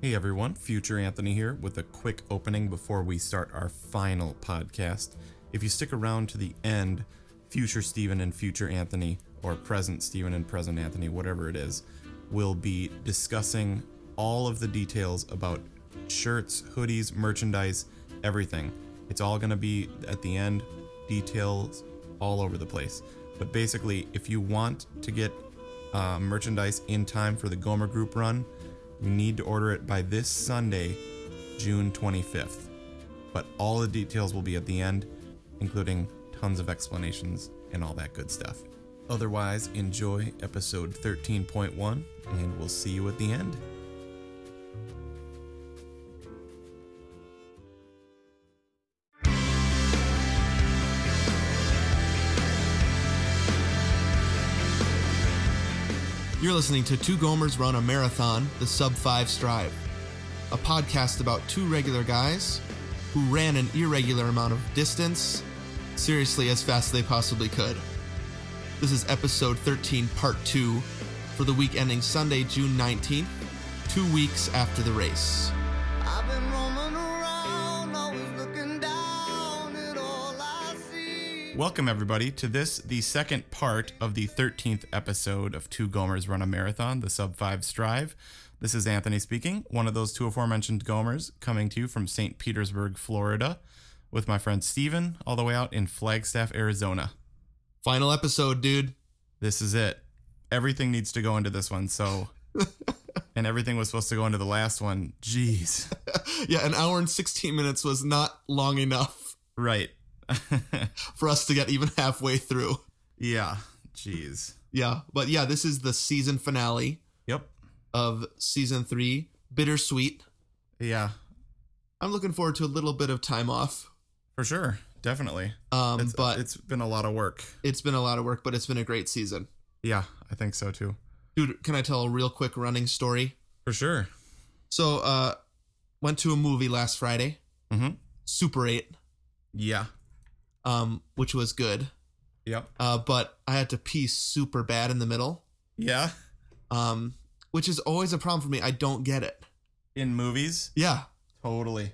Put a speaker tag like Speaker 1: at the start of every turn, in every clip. Speaker 1: Hey everyone, Future Anthony here with a quick opening before we start our final podcast. If you stick around to the end, Future Steven and Future Anthony, or Present Steven and Present Anthony, whatever it is, will be discussing all of the details about shirts, hoodies, merchandise, everything. It's all going to be at the end, details all over the place. But basically, if you want to get uh, merchandise in time for the Gomer Group run. You need to order it by this Sunday, June 25th. But all the details will be at the end, including tons of explanations and all that good stuff. Otherwise, enjoy episode 13.1, and we'll see you at the end.
Speaker 2: You're listening to Two Gomers Run a Marathon, the Sub 5 Strive, a podcast about two regular guys who ran an irregular amount of distance seriously as fast as they possibly could. This is episode 13, part 2, for the week ending Sunday, June 19th, two weeks after the race.
Speaker 3: I've been roaming around, always looking down at all I see.
Speaker 1: Welcome, everybody, to this, the second part of the 13th episode of Two Gomers Run a Marathon, the Sub 5 Strive. This is Anthony speaking, one of those two aforementioned Gomers, coming to you from St. Petersburg, Florida, with my friend Steven, all the way out in Flagstaff, Arizona.
Speaker 2: Final episode, dude.
Speaker 1: This is it. Everything needs to go into this one, so. and everything was supposed to go into the last one. Jeez.
Speaker 2: Yeah, an hour and 16 minutes was not long enough
Speaker 1: Right.
Speaker 2: for us to get even halfway through.
Speaker 1: yeah. Jeez.
Speaker 2: Yeah, but yeah, this is the season finale
Speaker 1: Yep.
Speaker 2: of season three, bittersweet.
Speaker 1: Yeah.
Speaker 2: I'm looking forward to a little bit of time off,
Speaker 1: For sure. Definitely.
Speaker 2: um,
Speaker 1: It's- uh,
Speaker 2: but
Speaker 1: it's been a lot of work.
Speaker 2: it's been a lot of work. But it's been a great season,
Speaker 1: Yeah, I think so too.
Speaker 2: dude. Can I tell a real quick running story?
Speaker 1: For sure.
Speaker 2: So, uh, went to a movie last Friday,
Speaker 1: Mm-hmm.
Speaker 2: Super Eight,
Speaker 1: Yeah.
Speaker 2: um, which was good.
Speaker 1: Yep.
Speaker 2: Uh, but I had to pee super bad in the middle,
Speaker 1: Yeah.
Speaker 2: um, which is always a problem for me. I don't get it.
Speaker 1: In movies,
Speaker 2: Yeah,
Speaker 1: totally.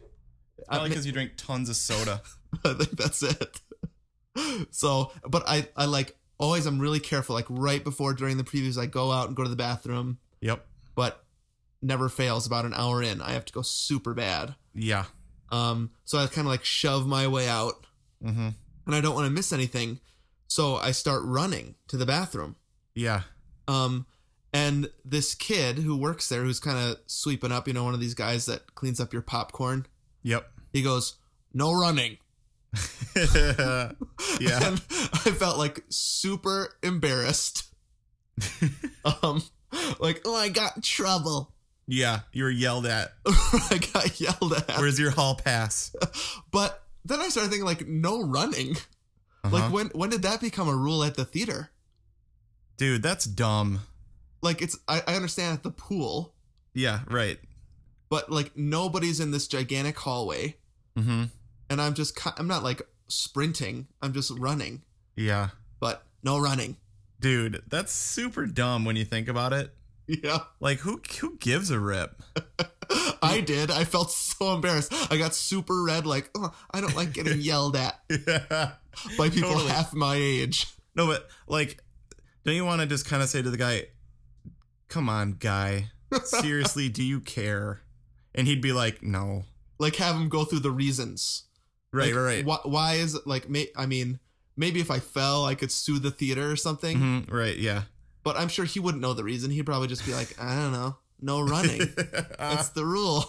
Speaker 2: I
Speaker 1: Probably
Speaker 2: mean-
Speaker 1: because you drink tons of soda.
Speaker 2: I think that's it. So, but I, I like always, I'm really careful. Like right before, during the previews, I go out and go to the bathroom,
Speaker 1: yep.
Speaker 2: but never fails. About an hour in, I have to go super bad.
Speaker 1: Yeah.
Speaker 2: Um, so I kind of like shove my way out,
Speaker 1: Mm-hmm.
Speaker 2: and I don't want to miss anything. So I start running to the bathroom.
Speaker 1: Yeah.
Speaker 2: Um, and this kid who works there, who's kind of sweeping up, you know, one of these guys that cleans up your popcorn,
Speaker 1: Yep.
Speaker 2: he goes, "No running."
Speaker 1: yeah.
Speaker 2: And I felt like super embarrassed. um, like, oh, I got in trouble.
Speaker 1: Yeah. You were yelled at.
Speaker 2: I got yelled at.
Speaker 1: Where's your hall pass?
Speaker 2: but then I started thinking, like, no running. Like,
Speaker 1: Uh-huh.
Speaker 2: when when did that become a rule at the theater?
Speaker 1: Dude, that's dumb.
Speaker 2: Like, it's I, I understand at the pool,
Speaker 1: Yeah. Right.
Speaker 2: but like nobody's in this gigantic hallway,
Speaker 1: Mm-hmm.
Speaker 2: and I'm just ki- I'm not like sprinting. I'm just running,
Speaker 1: Yeah.
Speaker 2: but no running.
Speaker 1: Dude, that's super dumb when you think about it.
Speaker 2: Yeah,
Speaker 1: Like, who who gives a rip?
Speaker 2: I did. I felt so embarrassed. I got super red. Like, oh, I don't like getting yelled at.
Speaker 1: yeah.
Speaker 2: by people
Speaker 1: Totally.
Speaker 2: half my age.
Speaker 1: No, but like, don't you want to just kind of say to the guy, "Come on, guy, seriously, do you care?" And he'd be like, "No."
Speaker 2: Like have them go through the reasons.
Speaker 1: Right,
Speaker 2: Like,
Speaker 1: right, right.
Speaker 2: Why, why is it like? May, I mean, maybe if I fell, I could sue the theater or something.
Speaker 1: Mhm, right, yeah.
Speaker 2: But I'm sure he wouldn't know the reason. He'd probably just be like, I don't know, no running. That's the rule.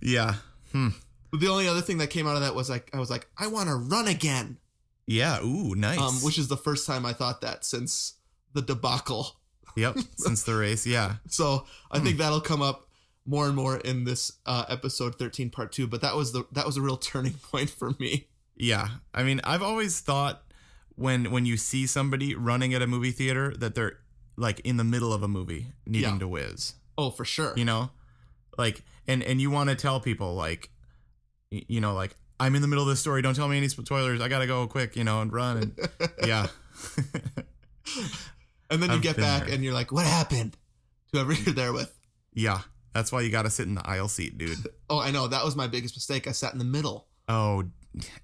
Speaker 1: yeah. Hmm.
Speaker 2: But the only other thing that came out of that was like, I was like, I want to run again.
Speaker 1: Yeah. Ooh, nice.
Speaker 2: Um, which is the first time I thought that since the debacle.
Speaker 1: yep. Since the race, yeah.
Speaker 2: So I
Speaker 1: Hmm.
Speaker 2: think that'll come up more and more in this uh, episode 13, part two. But that was the that was a real turning point for me.
Speaker 1: Yeah. I mean, I've always thought when when you see somebody running at a movie theater that they're like in the middle of a movie needing
Speaker 2: Yeah.
Speaker 1: to whiz.
Speaker 2: Oh, for sure.
Speaker 1: you know like and and you want to tell people like y- you know like i'm in the middle of this story don't tell me any spoilers i gotta go quick you know and run and yeah
Speaker 2: And then you
Speaker 1: I've
Speaker 2: get
Speaker 1: been
Speaker 2: back
Speaker 1: there.
Speaker 2: and you're like, what happened? Whoever you're there with.
Speaker 1: yeah That's why you got to sit in the aisle seat, dude.
Speaker 2: Oh, I know. That was my biggest mistake. I sat in the middle.
Speaker 1: Oh,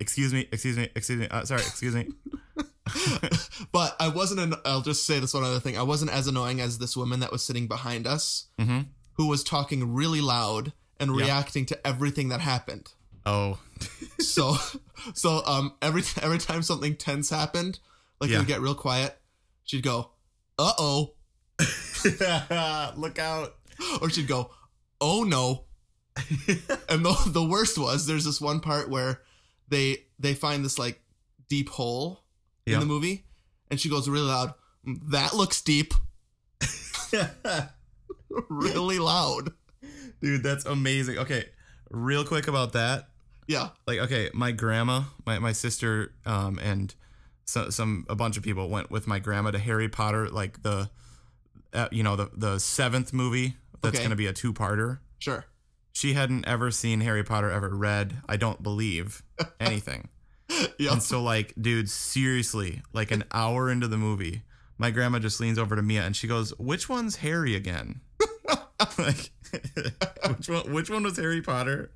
Speaker 1: excuse me, excuse me, excuse me. Uh, sorry, excuse me.
Speaker 2: but I wasn't, an, I'll just say this one other thing. I wasn't as annoying as this woman that was sitting behind us
Speaker 1: Mm-hmm.
Speaker 2: who was talking really loud and
Speaker 1: Yeah.
Speaker 2: reacting to everything that happened.
Speaker 1: Oh,
Speaker 2: so so um every every time something tense happened, like it
Speaker 1: Yeah.
Speaker 2: would get real quiet, she'd go, "Uh oh,"
Speaker 1: look out.
Speaker 2: or she'd go, "Oh no." and the the worst was there's this one part where they they find this like deep hole
Speaker 1: Yeah.
Speaker 2: in the movie, and she goes really loud, "That looks deep," really loud.
Speaker 1: dude, that's amazing. Okay, real quick about that.
Speaker 2: Yeah,
Speaker 1: like okay my grandma my, my sister um and so, some a bunch of people went with my grandma to harry potter like the uh, you know the the seventh movie that's
Speaker 2: Okay.
Speaker 1: gonna be a two-parter
Speaker 2: sure.
Speaker 1: she hadn't ever seen harry potter ever read i don't believe anything
Speaker 2: Yeah.
Speaker 1: and so like dude seriously like an hour into the movie my grandma just leans over to mia and she goes which one's harry again like which one which one was harry potter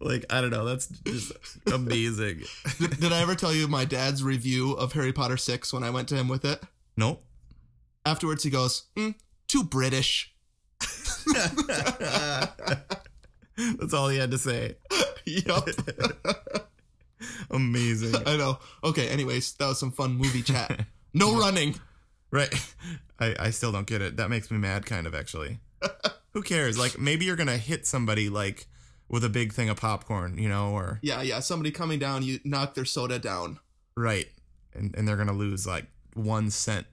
Speaker 1: like i don't know that's just amazing
Speaker 2: did, did I ever tell you my dad's review of Harry Potter 6 when I went to him with it?
Speaker 1: nope
Speaker 2: Afterwards, he goes, mm, too British.
Speaker 1: That's all he had to say.
Speaker 2: yep.
Speaker 1: Amazing.
Speaker 2: I know. Okay, anyways, that was some fun movie chat. No running.
Speaker 1: Right. I, I still don't get it. That makes me mad, kind of, actually. Who cares? Like, maybe you're going to hit somebody, like, with a big thing of popcorn, you know, or.
Speaker 2: Yeah, yeah. Somebody coming down, you knock their soda down.
Speaker 1: Right. And, and they're going to lose, like, one cent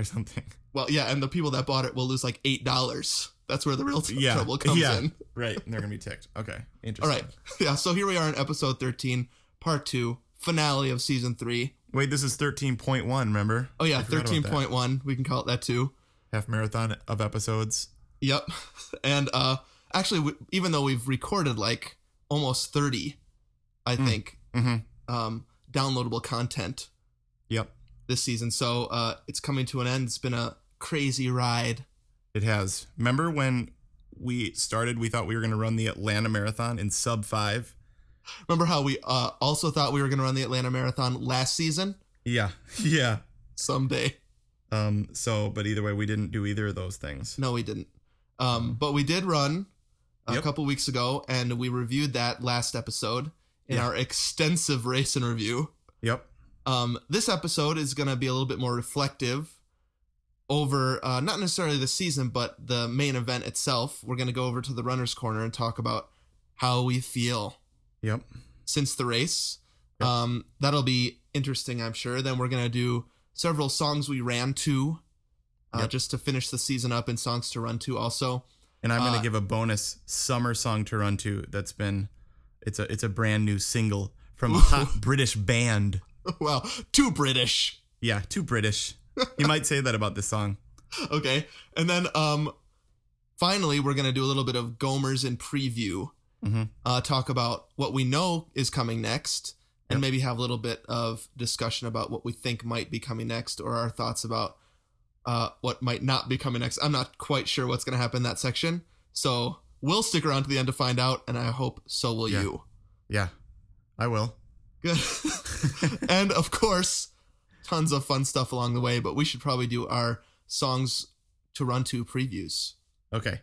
Speaker 1: or something.
Speaker 2: Well, yeah, and the people that bought it will lose like eight dollars. That's where the real t-
Speaker 1: Yeah,
Speaker 2: trouble comes
Speaker 1: yeah.
Speaker 2: in.
Speaker 1: Right. And they're going to be ticked. Okay.
Speaker 2: All
Speaker 1: Interesting.
Speaker 2: right. Yeah, so here we are in episode thirteen, part two, finale of season three.
Speaker 1: Wait, this is 13.1, remember?
Speaker 2: Oh yeah,
Speaker 1: I forgot about
Speaker 2: thirteen
Speaker 1: that.
Speaker 2: point one. We can call it that too.
Speaker 1: Half marathon of episodes.
Speaker 2: Yep. And uh actually we, even though we've recorded like almost 30 I
Speaker 1: Mm.
Speaker 2: think
Speaker 1: Mm-hmm.
Speaker 2: um downloadable content
Speaker 1: Yep.
Speaker 2: this season. So uh it's coming to an end. It's been a crazy ride.
Speaker 1: It has. Remember when we started, we thought we were going to run the Atlanta Marathon in sub five?
Speaker 2: Remember how we uh also thought we were going to run the Atlanta Marathon last season?
Speaker 1: Yeah. Yeah.
Speaker 2: Someday.
Speaker 1: Um, so, but either way, we didn't do either of those things.
Speaker 2: No, we didn't. Um but we did run a
Speaker 1: Mm-hmm. Yep.
Speaker 2: couple weeks ago and we reviewed that last episode in
Speaker 1: Yeah.
Speaker 2: our extensive race and review.
Speaker 1: Yep.
Speaker 2: Um, this episode is going to be a little bit more reflective over uh, not necessarily the season, but the main event itself. We're going to go over to the runner's corner and talk about how we feel
Speaker 1: Yep.
Speaker 2: since the race.
Speaker 1: Yep.
Speaker 2: Um, that'll be interesting, I'm sure. Then we're going to do several songs we ran to uh,
Speaker 1: Yep.
Speaker 2: just to finish the season up and songs to run to also.
Speaker 1: And I'm
Speaker 2: Uh,
Speaker 1: gonna give a bonus summer song to run to. That's been, it's a it's a brand new single from a hot British band.
Speaker 2: wow, too British.
Speaker 1: Yeah, too British. You might say that about this song.
Speaker 2: okay. And then um finally we're gonna do a little bit of Gomer's in preview.
Speaker 1: Mhm.
Speaker 2: Uh talk about what we know is coming next and
Speaker 1: Yep.
Speaker 2: maybe have a little bit of discussion about what we think might be coming next or our thoughts about uh what might not be coming next. I'm not quite sure what's gonna happen in that section. So we'll stick around to the end to find out and I hope so will
Speaker 1: Yeah.
Speaker 2: you.
Speaker 1: Yeah, I will.
Speaker 2: Good. and of course, tons of fun stuff along the way, but we should probably do our songs to run to previews.
Speaker 1: Okay.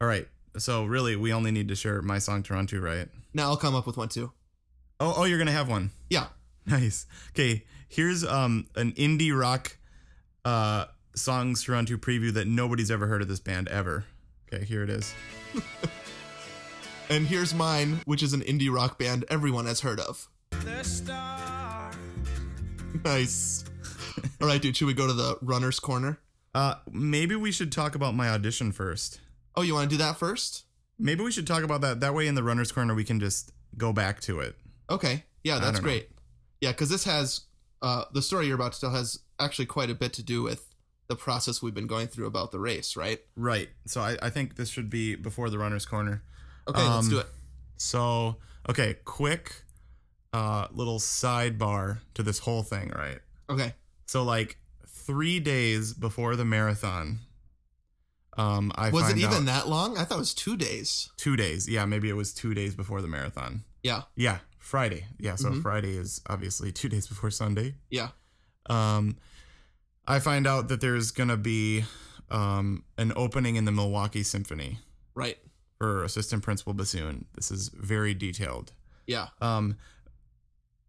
Speaker 1: All right. So really, we only need to share my song to run to, right?
Speaker 2: Now I'll come up with one too.
Speaker 1: Oh, oh, you're gonna have one.
Speaker 2: Yeah.
Speaker 1: Nice. Okay, here's um an indie rock uh songs to run to preview that nobody's ever heard of this band ever. Okay, here it is.
Speaker 2: And here's mine, which is an indie rock band everyone has heard of.
Speaker 3: The star.
Speaker 2: Nice. All right, dude, should we go to the runner's corner?
Speaker 1: Uh maybe we should talk about my audition first.
Speaker 2: Oh, you want to do that first?
Speaker 1: Maybe we should talk about that. That way in the runner's corner we can just go back to it.
Speaker 2: Okay. Yeah,
Speaker 1: I
Speaker 2: that's
Speaker 1: don't know.
Speaker 2: great. Yeah, because this has, uh, the story you're about to tell has actually quite a bit to do with the process we've been going through about the race, right?
Speaker 1: Right. So I, I think this should be before the runner's corner.
Speaker 2: Okay, let's
Speaker 1: Um,
Speaker 2: do it.
Speaker 1: So okay, quick uh little sidebar to this whole thing, right?
Speaker 2: Okay.
Speaker 1: So like three days before the marathon, Um, I
Speaker 2: Was it
Speaker 1: find out
Speaker 2: even that long? I thought it was two days.
Speaker 1: two days? Yeah, maybe it was two days before the marathon.
Speaker 2: Yeah.
Speaker 1: Yeah, Friday. Yeah, so
Speaker 2: Mhm.
Speaker 1: Friday is obviously two days before Sunday.
Speaker 2: Yeah.
Speaker 1: Um, I find out that there's gonna be um, an opening in the Milwaukee Symphony
Speaker 2: Right.
Speaker 1: for assistant principal bassoon. This is very detailed.
Speaker 2: Yeah.
Speaker 1: Um,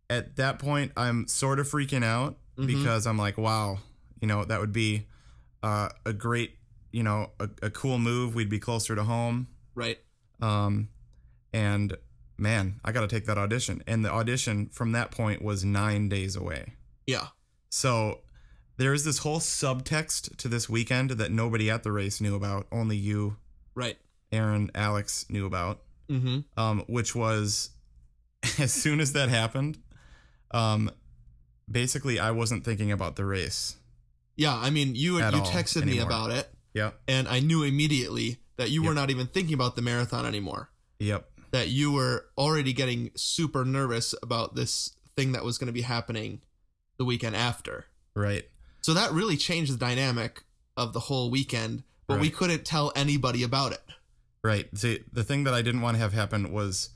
Speaker 1: at that point, I'm sort of freaking out
Speaker 2: Mhm.
Speaker 1: because I'm like, wow, you know, that would be uh, a great, you know, a, a cool move. We'd be closer to home.
Speaker 2: Right.
Speaker 1: Um, and man, I got to take that audition. And the audition from that point was nine days away.
Speaker 2: Yeah.
Speaker 1: So there is this whole subtext to this weekend that nobody at the race knew about. Only you,
Speaker 2: Right.
Speaker 1: Aaron, Alex knew about
Speaker 2: Mm-hmm.
Speaker 1: um, which was as soon as that happened, um, basically I wasn't thinking about the race.
Speaker 2: Yeah. I mean, you
Speaker 1: At
Speaker 2: you
Speaker 1: all
Speaker 2: texted me
Speaker 1: anymore.
Speaker 2: about it,
Speaker 1: Yep.
Speaker 2: and I knew immediately that you
Speaker 1: Yep.
Speaker 2: were not even thinking about the marathon anymore.
Speaker 1: Yep.
Speaker 2: That you were already getting super nervous about this thing that was going to be happening the weekend after.
Speaker 1: Right.
Speaker 2: So that really changed the dynamic of the whole weekend, but we
Speaker 1: Right.
Speaker 2: couldn't tell anybody about it.
Speaker 1: Right. See, the thing that I didn't want to have happen was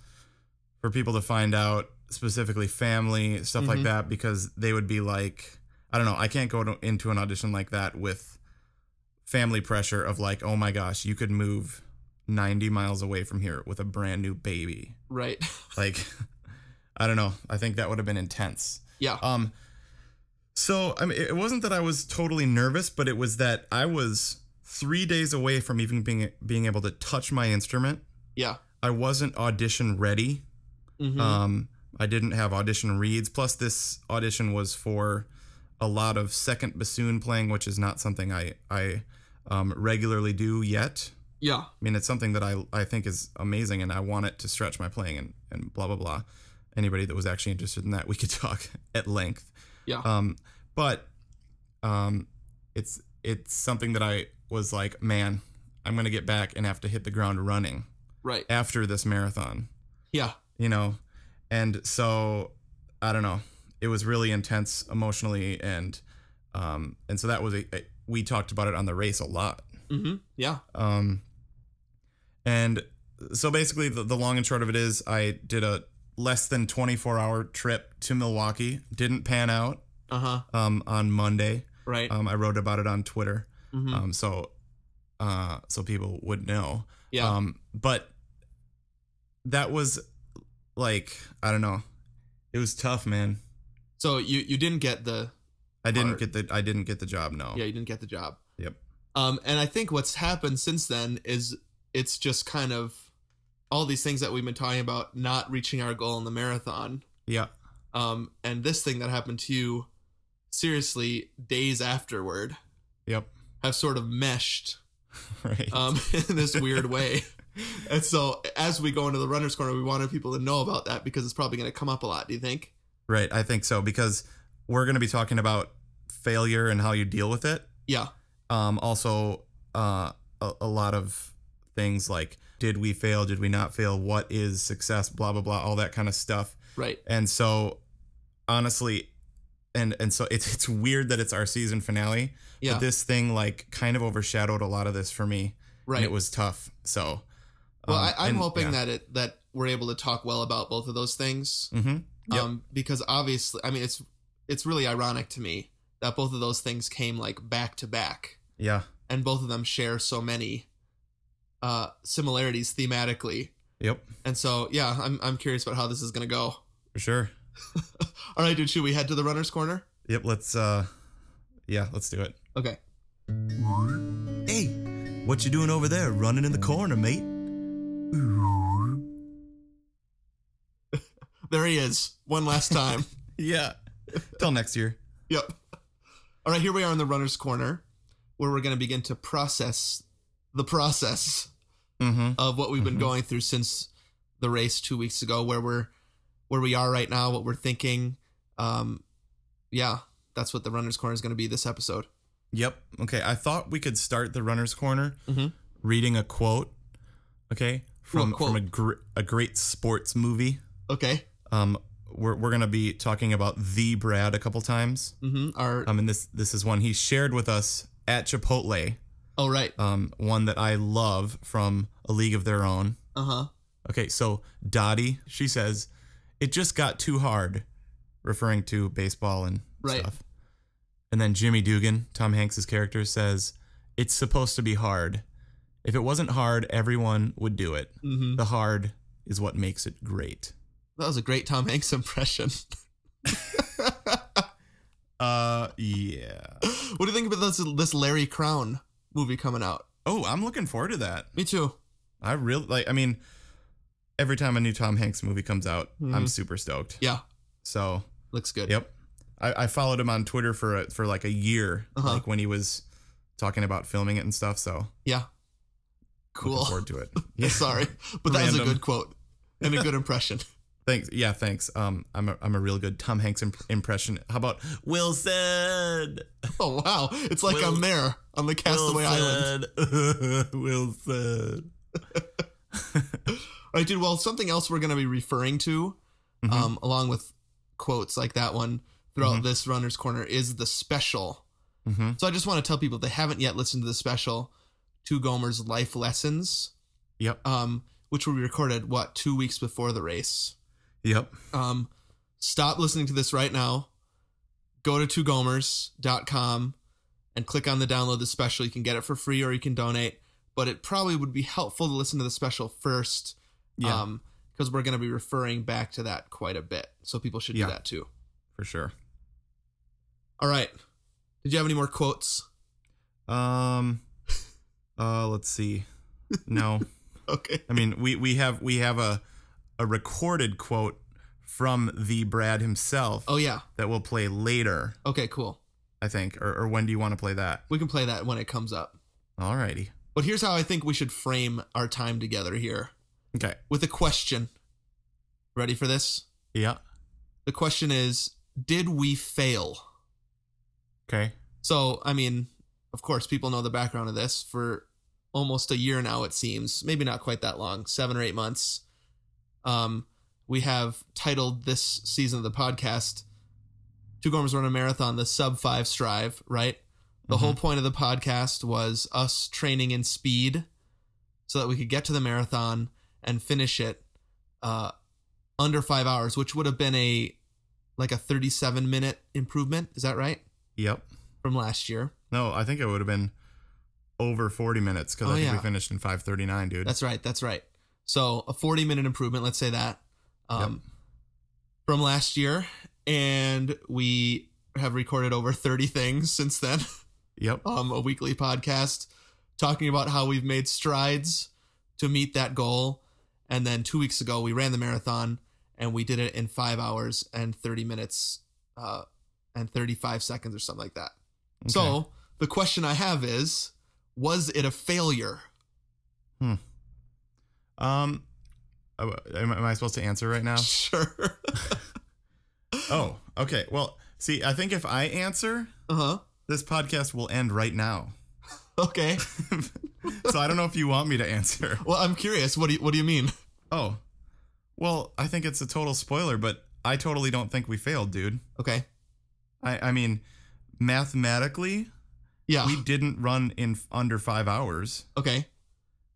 Speaker 1: for people to find out, specifically family stuff like
Speaker 2: Mhm.
Speaker 1: that, because they would be like, I don't know, I can't go to, into an audition like that with family pressure of like, oh my gosh, you could move 90 miles away from here with a brand new baby.
Speaker 2: Right.
Speaker 1: Like, I don't know. I think that would have been intense.
Speaker 2: yeah.
Speaker 1: Um, so I mean, it wasn't that I was totally nervous, but it was that I was three days away from even being being able to touch my instrument.
Speaker 2: Yeah.
Speaker 1: I wasn't audition ready.
Speaker 2: Mm-hmm.
Speaker 1: Um, I didn't have audition reads. Plus, this audition was for a lot of second bassoon playing, which is not something I I um, regularly do yet.
Speaker 2: yeah.
Speaker 1: I mean, it's something that I, I think is amazing, and I want it to stretch my playing and, and blah, blah, blah. Anybody that was actually interested in that, we could talk at length.
Speaker 2: Yeah.
Speaker 1: Um, but um, it's it's something that I was like, man, I'm going to get back and have to hit the ground running
Speaker 2: Right.
Speaker 1: after this marathon,
Speaker 2: Yeah.
Speaker 1: you know? And so, I don't know. It was really intense emotionally. And um, and so that was a, a, we talked about it on the race a lot.
Speaker 2: Mm-hmm. Yeah.
Speaker 1: Um, and so basically, the, the long and short of it is, I did a less than 24 hour trip to Milwaukee. Didn't pan out
Speaker 2: Uh huh.
Speaker 1: um, on Monday.
Speaker 2: Right.
Speaker 1: Um, I wrote about it on Twitter,
Speaker 2: hmm
Speaker 1: um, so uh, so people would know.
Speaker 2: yeah.
Speaker 1: Um, but that was like I don't know. It was tough, man.
Speaker 2: so you you didn't get the
Speaker 1: I didn't
Speaker 2: Hard.
Speaker 1: get the I didn't get the job. No.
Speaker 2: yeah you didn't get the job.
Speaker 1: Oh. Yep.
Speaker 2: Um, and I think what's happened since then is it's just kind of all these things that we've been talking about not reaching our goal in the marathon.
Speaker 1: Yeah.
Speaker 2: Um, and this thing that happened to you, seriously, days afterward,
Speaker 1: Yep.
Speaker 2: have sort of meshed
Speaker 1: Right.
Speaker 2: um, in this weird way. And so, as we go into the runner's corner, we wanted people to know about that because it's probably going to come up a lot. Do you think?
Speaker 1: Right, I think so because we're going to be talking about failure and how you deal with it.
Speaker 2: Yeah,
Speaker 1: Um, also, uh, a, a lot of things like did we fail? Did we not fail? What is success? Blah blah blah, all that kind of stuff.
Speaker 2: right.
Speaker 1: And so, honestly, and and so it's it's weird that it's our season finale.
Speaker 2: Yeah,
Speaker 1: But this thing like kind of overshadowed a lot of this for me,
Speaker 2: right.
Speaker 1: and it was tough. So, um,
Speaker 2: well, I, I'm hoping
Speaker 1: that
Speaker 2: that it that we're able to talk well about both of those things.
Speaker 1: hmm Yep.
Speaker 2: Um, because obviously, I mean, it's it's really ironic to me that both of those things came like back to back,
Speaker 1: yeah,
Speaker 2: and both of them share so many uh similarities thematically.
Speaker 1: yep,
Speaker 2: And so, yeah, I'm I'm curious about how this is gonna go.
Speaker 1: for sure.
Speaker 2: All right, dude, should we head to the runner's corner?
Speaker 1: Yep, let's uh yeah, let's do it.
Speaker 2: Okay.
Speaker 1: Hey, what you doing over there running in the corner, mate?
Speaker 2: There he is, one last time.
Speaker 1: Yeah. Till next year.
Speaker 2: Yep. All right, here we are in the runner's corner where we're going to begin to process the process
Speaker 1: Mm-hmm.
Speaker 2: of what we've been
Speaker 1: Mhm.
Speaker 2: going through since the race 2 weeks ago where we're where we are right now, what we're thinking. Um yeah, that's what the runner's corner is going to be this episode.
Speaker 1: Yep. Okay. I thought we could start the runner's corner
Speaker 2: Mhm.
Speaker 1: reading a quote. Okay. From
Speaker 2: quote.
Speaker 1: from a gr- a great sports movie.
Speaker 2: Okay.
Speaker 1: Um we're we're gonna be talking about the Brad a couple times.
Speaker 2: Mhm. Our
Speaker 1: Um and this this is one he shared with us at Chipotle
Speaker 2: Oh, right.
Speaker 1: um, one that I love from A League of Their Own.
Speaker 2: Uh huh.
Speaker 1: Okay, so Dottie, she says, it just got too hard, referring to baseball and
Speaker 2: Right.
Speaker 1: stuff. And then Jimmy Dugan, Tom Hanks's character, says, it's supposed to be hard. If it wasn't hard, everyone would do it.
Speaker 2: Mm-hmm.
Speaker 1: The hard is what makes it great.
Speaker 2: That was a great Tom Hanks impression.
Speaker 1: Uh, yeah.
Speaker 2: what do you think about this this Larry Crown movie coming out?
Speaker 1: Oh, I'm looking forward to that.
Speaker 2: Me too.
Speaker 1: I really like. I mean, every time a new Tom Hanks movie comes out, I'm super stoked.
Speaker 2: Yeah,
Speaker 1: So
Speaker 2: looks good.
Speaker 1: Yep. I, I followed him on Twitter for a, for like a year,
Speaker 2: Uh-huh.
Speaker 1: like when he was talking about filming it and stuff. So
Speaker 2: Yeah.
Speaker 1: looking
Speaker 2: Cool.
Speaker 1: forward to it. Yeah.
Speaker 2: Sorry, but that was a
Speaker 1: Random.
Speaker 2: good quote and a good impression.
Speaker 1: Thanks. Yeah. Thanks. Um, I'm a, I'm a real good Tom Hanks imp- impression. How about Wilson?
Speaker 2: Oh wow, it's like
Speaker 1: Will- uh,
Speaker 2: I'm there on the Castaway Island.
Speaker 1: Wilson. Wilson.
Speaker 2: All right, dude. Well, something else we're going to be referring to, um, along with quotes like that one throughout this runner's corner, is the special.
Speaker 1: Mhm.
Speaker 2: So I just want to tell people if they haven't yet listened to the special, Two Gomer's Life Lessons,
Speaker 1: Yep.
Speaker 2: um, which we recorded what two weeks before the race.
Speaker 1: Yep.
Speaker 2: Um, stop listening to this right now. Go to twogomers.com and click on the download the special. You can get it for free or you can donate, but it probably would be helpful to listen to the special first.
Speaker 1: Yeah.
Speaker 2: because we're going to be referring back to that quite a bit. So people should
Speaker 1: Yeah.
Speaker 2: do that too.
Speaker 1: For sure.
Speaker 2: All right. Did you have any more quotes?
Speaker 1: Um. Uh. Let's see. No.
Speaker 2: Okay.
Speaker 1: I mean, we we have we have a a recorded quote from the Brad himself
Speaker 2: Oh, yeah.
Speaker 1: that we'll play later,
Speaker 2: Okay, cool.
Speaker 1: I think. Or, or when do you want to play that?
Speaker 2: We can play that when it comes up.
Speaker 1: Alrighty.
Speaker 2: But here's how I think we should frame our time together here
Speaker 1: Okay.
Speaker 2: with a question. Ready for this?
Speaker 1: Yeah.
Speaker 2: The question is Did we fail?
Speaker 1: Okay.
Speaker 2: So, I mean, of course, people know the background of this for almost a year now, it seems. Maybe not quite that long, seven or eight months. Um, we have titled this season of the podcast, Two Gormans Run a Marathon, the Sub Five Strive, right? The whole point of the podcast was us training in speed so that we could get to the marathon and finish it uh, under five hours, which would have been a like a 37 minute improvement. Is that right?
Speaker 1: Yep.
Speaker 2: From last year.
Speaker 1: No, I think it would have been over 40 minutes because
Speaker 2: Oh,
Speaker 1: I think
Speaker 2: yeah.
Speaker 1: we finished in 539, dude.
Speaker 2: That's right. That's right. So a 40 minute improvement, let's say that, um, from last year. And we have recorded over 30 things since then,
Speaker 1: yep.
Speaker 2: um, a weekly podcast talking about how we've made strides to meet that goal. And then two weeks ago, we ran the marathon and we did it in five hours and 30 minutes uh, and 35 seconds or something like that. So the question I have is was it a failure?
Speaker 1: Um uh, am, am I supposed to answer right now?
Speaker 2: Sure.
Speaker 1: oh, okay. Well, see, I think if I answer,
Speaker 2: Uh huh.
Speaker 1: this podcast will end right now.
Speaker 2: Okay.
Speaker 1: so I don't know if you want me to answer.
Speaker 2: Well, I'm curious. What do you, what do you mean?
Speaker 1: Oh. Well, I think it's a total spoiler, but I totally don't think we failed, dude.
Speaker 2: Okay.
Speaker 1: I, I mean, mathematically,
Speaker 2: Yeah.
Speaker 1: we didn't run in f- under five hours.
Speaker 2: okay.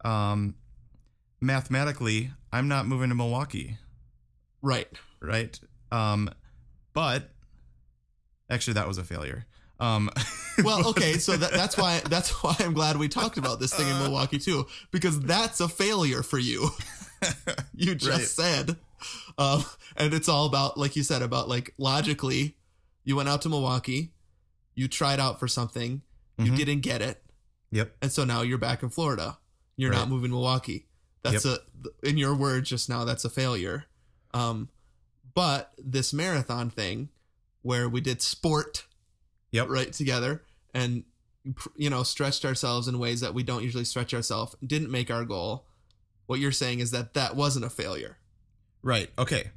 Speaker 1: Um, mathematically, I'm not moving to Milwaukee,
Speaker 2: Right.
Speaker 1: right? Um, but actually, that was a failure. Um,
Speaker 2: Well, okay. So that, that's why that's why I'm glad we talked about this
Speaker 1: Uh.
Speaker 2: thing in Milwaukee too, because that's a failure for you. You just
Speaker 1: Right.
Speaker 2: said, um, and it's all about like you said about like logically, you went out to Milwaukee, you tried out for something, you
Speaker 1: Mhm.
Speaker 2: didn't get it,
Speaker 1: yep.
Speaker 2: and so now you're back in Florida. You're not
Speaker 1: Right.
Speaker 2: moving to Milwaukee. That's a in your word just now. That's a failure. Um, but this marathon thing, where we did sport,
Speaker 1: Yep.
Speaker 2: right together, and you know stretched ourselves in ways that we don't usually stretch ourselves, didn't make our goal. What you're saying is that that wasn't a failure.
Speaker 1: Right. Okay.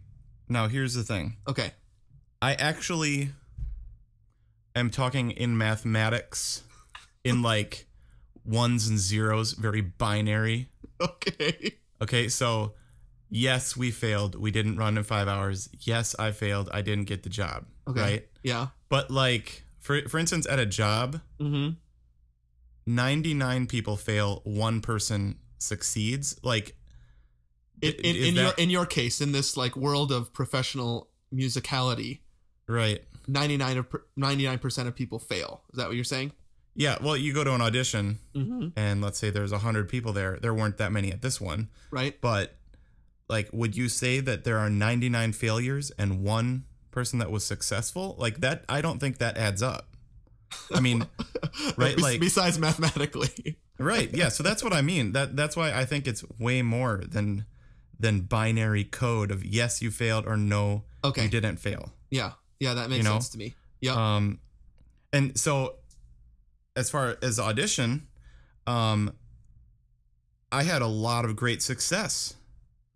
Speaker 1: Now, here's the thing
Speaker 2: Okay.
Speaker 1: I actually am talking in mathematics, in like ones and zeros, very binary.
Speaker 2: Okay.
Speaker 1: Okay, so yes, we failed. We didn't run in five hours. Yes, I failed. I didn't get the job.
Speaker 2: Okay.
Speaker 1: Right.
Speaker 2: Yeah.
Speaker 1: But like for for instance, at a job,
Speaker 2: Mm-hmm.
Speaker 1: 99 people fail, one person succeeds. Like,
Speaker 2: In, in,
Speaker 1: Is
Speaker 2: in your
Speaker 1: that-
Speaker 2: in your case, in this like world of professional musicality,
Speaker 1: right.
Speaker 2: 99 of 99% of people fail. Is that what you're saying?
Speaker 1: Yeah, well, you go to an audition,
Speaker 2: Mm-hmm.
Speaker 1: and let's say there's 100 people there. There weren't that many at this one,
Speaker 2: Right?
Speaker 1: but like, would you say that there are 99 failures and one person that was successful? Like, that, I don't think that adds up. I mean, Right,
Speaker 2: Bes-
Speaker 1: like-
Speaker 2: besides mathematically.
Speaker 1: right yeah so that's what i mean that that's why i think it's way more than than binary code of yes you failed or no
Speaker 2: Okay.
Speaker 1: you didn't fail
Speaker 2: Yeah. Yeah, that makes
Speaker 1: know?
Speaker 2: sense to me. Yep.
Speaker 1: um and so as far as audition um i had a lot of great success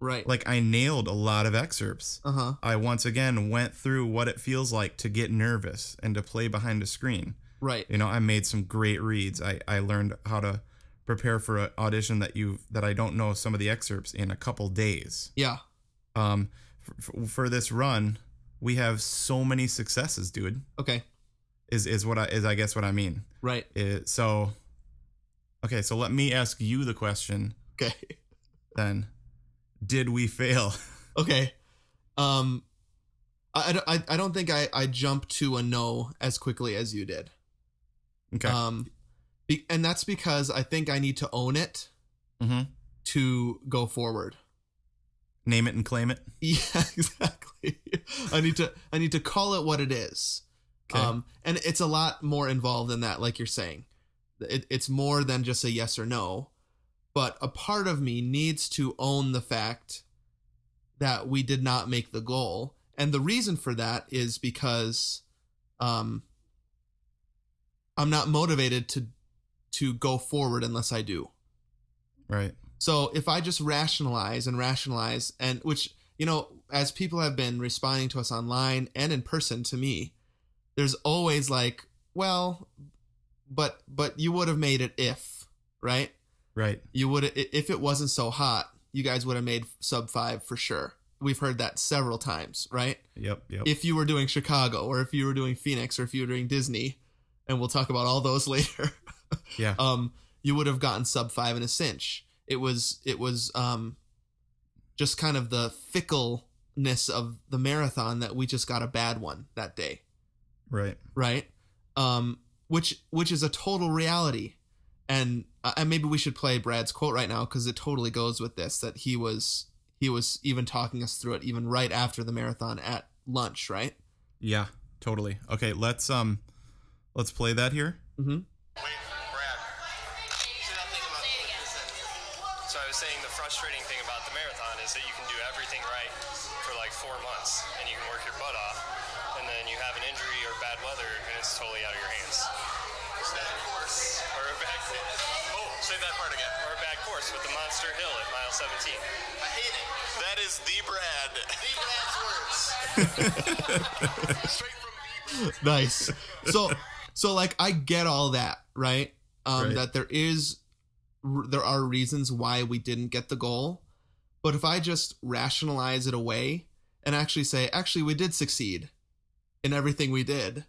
Speaker 2: right.
Speaker 1: like i nailed a lot of excerpts
Speaker 2: uh-huh.
Speaker 1: i once again went through what it feels like to get nervous and to play behind a screen
Speaker 2: Right.
Speaker 1: you know i made some great reads i i learned how to prepare for an audition that you that i don't know some of the excerpts in a couple days
Speaker 2: Yeah.
Speaker 1: um for, for this run we have so many successes dude
Speaker 2: Okay.
Speaker 1: is is what i is i guess what i mean
Speaker 2: Right.
Speaker 1: It- so okay so let me ask you the question
Speaker 2: Okay.
Speaker 1: then did we fail
Speaker 2: Okay. Um I, I don't- I, I don't think I, I jumped to a no as quickly as you did.
Speaker 1: okay
Speaker 2: Um be, and that's because I think I need to own it
Speaker 1: hmm
Speaker 2: to go forward.
Speaker 1: name it and claim it
Speaker 2: Yeah, exactly. I need to I need to call it what it is.
Speaker 1: Okay.
Speaker 2: Um and it's a lot more involved than that like you're saying. It, it's more than just a yes or no, but a part of me needs to own the fact that we did not make the goal. And the reason for that is because um I'm not motivated to to go forward unless I do.
Speaker 1: right
Speaker 2: So if I just rationalize and rationalize, and which, you know, as people have been responding to us online and in person to me, there's always like, well, but, but you would have made it if, right?
Speaker 1: right
Speaker 2: You would, if it wasn't so hot, you guys would have made sub five for sure. We've heard that several times, right?
Speaker 1: yep yep
Speaker 2: If you were doing Chicago or if you were doing Phoenix or if you were doing Disney, and we'll talk about all those later.
Speaker 1: yeah
Speaker 2: um, you would have gotten sub five in a cinch. It was it was um, just kind of the fickleness of the marathon that we just got a bad one that day,
Speaker 1: right
Speaker 2: right? Um, which which is a total reality, and uh, and maybe we should play Brad's quote right now because it totally goes with this that he was he was even talking us through it even right after the marathon at lunch, right?
Speaker 1: yeah totally okay let's um let's play that here
Speaker 4: Brad. See, that thing about- So I was saying the frustrating thing about the marathon is that you can do everything right for like four months and you can work your butt off, and then you have an injury or bad weather and it's totally out of your hands. Bad course. Or a bad course. Oh, say that part again. Or a bad course with the monster hill at mile 17. I hate it. That is the Brad. The Brad's words. Straight from the
Speaker 2: nice. So, so like I get all that, right? Um,
Speaker 1: Right.
Speaker 2: That there is, there are reasons why we didn't get the goal, but if I just rationalize it away and actually say, actually, we did succeed in everything we did.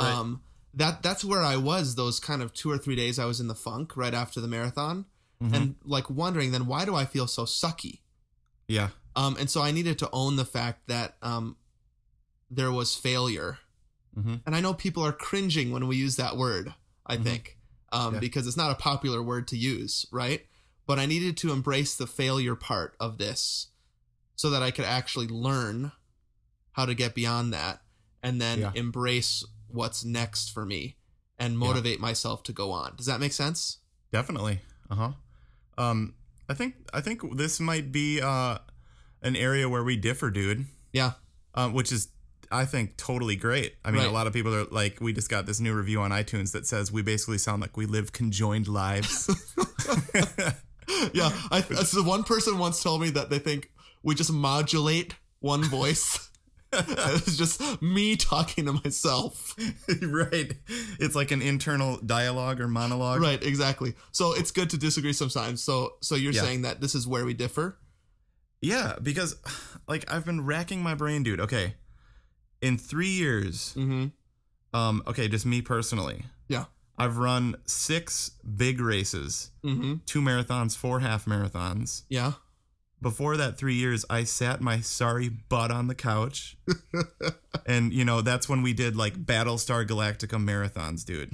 Speaker 1: Right.
Speaker 2: Um, that that's where I was those kind of two or three days I was in the funk right after the marathon,
Speaker 1: Mhm.
Speaker 2: and like wondering then why do I feel so sucky?
Speaker 1: yeah
Speaker 2: Um, and so I needed to own the fact that um, there was failure.
Speaker 1: Mhm.
Speaker 2: And I know people are cringing when we use that word, I
Speaker 1: Mhm.
Speaker 2: think, um,
Speaker 1: Yeah.
Speaker 2: because it's not a popular word to use, right? But I needed to embrace the failure part of this so that I could actually learn how to get beyond that and then
Speaker 1: Yeah.
Speaker 2: embrace what's next for me and motivate myself to go on. Does that make sense?
Speaker 1: Definitely. Uh huh. Um, I think I think this might be uh an area where we differ, dude.
Speaker 2: Yeah.
Speaker 1: Uh, which is I think totally great. I mean, a
Speaker 2: Right.
Speaker 1: lot of people are like, we just got this new review on iTunes that says we basically sound like we live conjoined lives.
Speaker 2: yeah, I, so one person once told me that they think we just modulate one voice. it's just me talking to myself.
Speaker 1: right. It's like an internal dialogue or monologue.
Speaker 2: Right, exactly. So it's good to disagree sometimes. So so you're
Speaker 1: Yeah.
Speaker 2: saying that this is where we differ?
Speaker 1: Yeah, because like I've been racking my brain, dude. Okay. In three years,
Speaker 2: Mm-hmm.
Speaker 1: um, okay, just me personally.
Speaker 2: Yeah.
Speaker 1: I've run six big races,
Speaker 2: Mm-hmm.
Speaker 1: two marathons, four half marathons.
Speaker 2: Yeah.
Speaker 1: Before that three years, I sat my sorry butt on the couch. and, you know, that's when we did like Battlestar Galactica marathons, dude.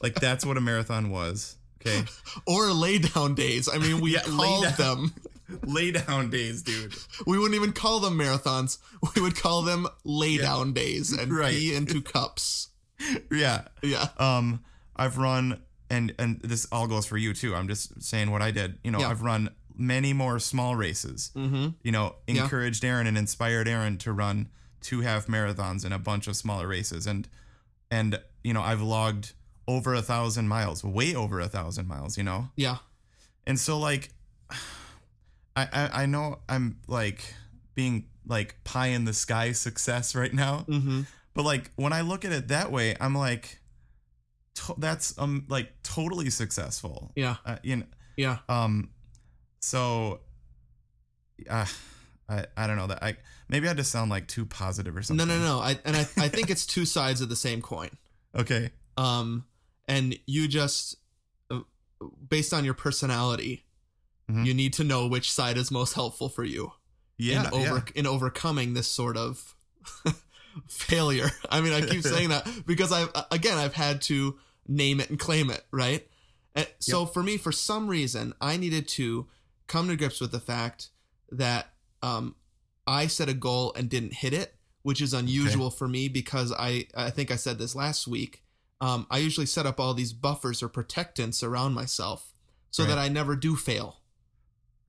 Speaker 1: like, that's what a marathon was. Okay.
Speaker 2: Or lay down days. I mean, we
Speaker 1: Yeah, lay down.
Speaker 2: called them.
Speaker 1: Lay down days, dude.
Speaker 2: We wouldn't even call them marathons. We would call them lay down days and
Speaker 1: Right.
Speaker 2: pee into cups.
Speaker 1: Yeah.
Speaker 2: Yeah.
Speaker 1: um i've run and and this all goes for you too i'm just saying what i did you know
Speaker 2: Yeah.
Speaker 1: i've run many more small races
Speaker 2: Mm-hmm.
Speaker 1: you know
Speaker 2: Yeah.
Speaker 1: encouraged aaron and inspired aaron to run two half marathons and a bunch of smaller races and and you know i've logged over a thousand miles way over a thousand miles you know
Speaker 2: Yeah.
Speaker 1: and so like I, I i know i'm like being like pie in the sky success right now
Speaker 2: Mm-hmm.
Speaker 1: but like when I look at it that way, I'm like, to- that's um like totally successful.
Speaker 2: Yeah.
Speaker 1: Uh, you know,
Speaker 2: Yeah.
Speaker 1: um, so, uh, I I don't know that I maybe I just sound like too positive or
Speaker 2: No,
Speaker 1: something.
Speaker 2: no, no. I, and I, I think it's two sides of the same coin.
Speaker 1: Okay.
Speaker 2: um, and you just uh, based on your personality
Speaker 1: Mhm.
Speaker 2: you need to know which side is most helpful for you
Speaker 1: Yeah.
Speaker 2: in over
Speaker 1: yeah.
Speaker 2: in overcoming this sort of failure i mean i keep saying that because i've uh, again i've had to name it and claim it right And so for me for some reason i needed to come to grips with the fact that um, i set a goal and didn't hit it which is unusual for me because i i think i said this last week um, i usually set up all these buffers or protectants around myself so
Speaker 1: Right.
Speaker 2: that i never do fail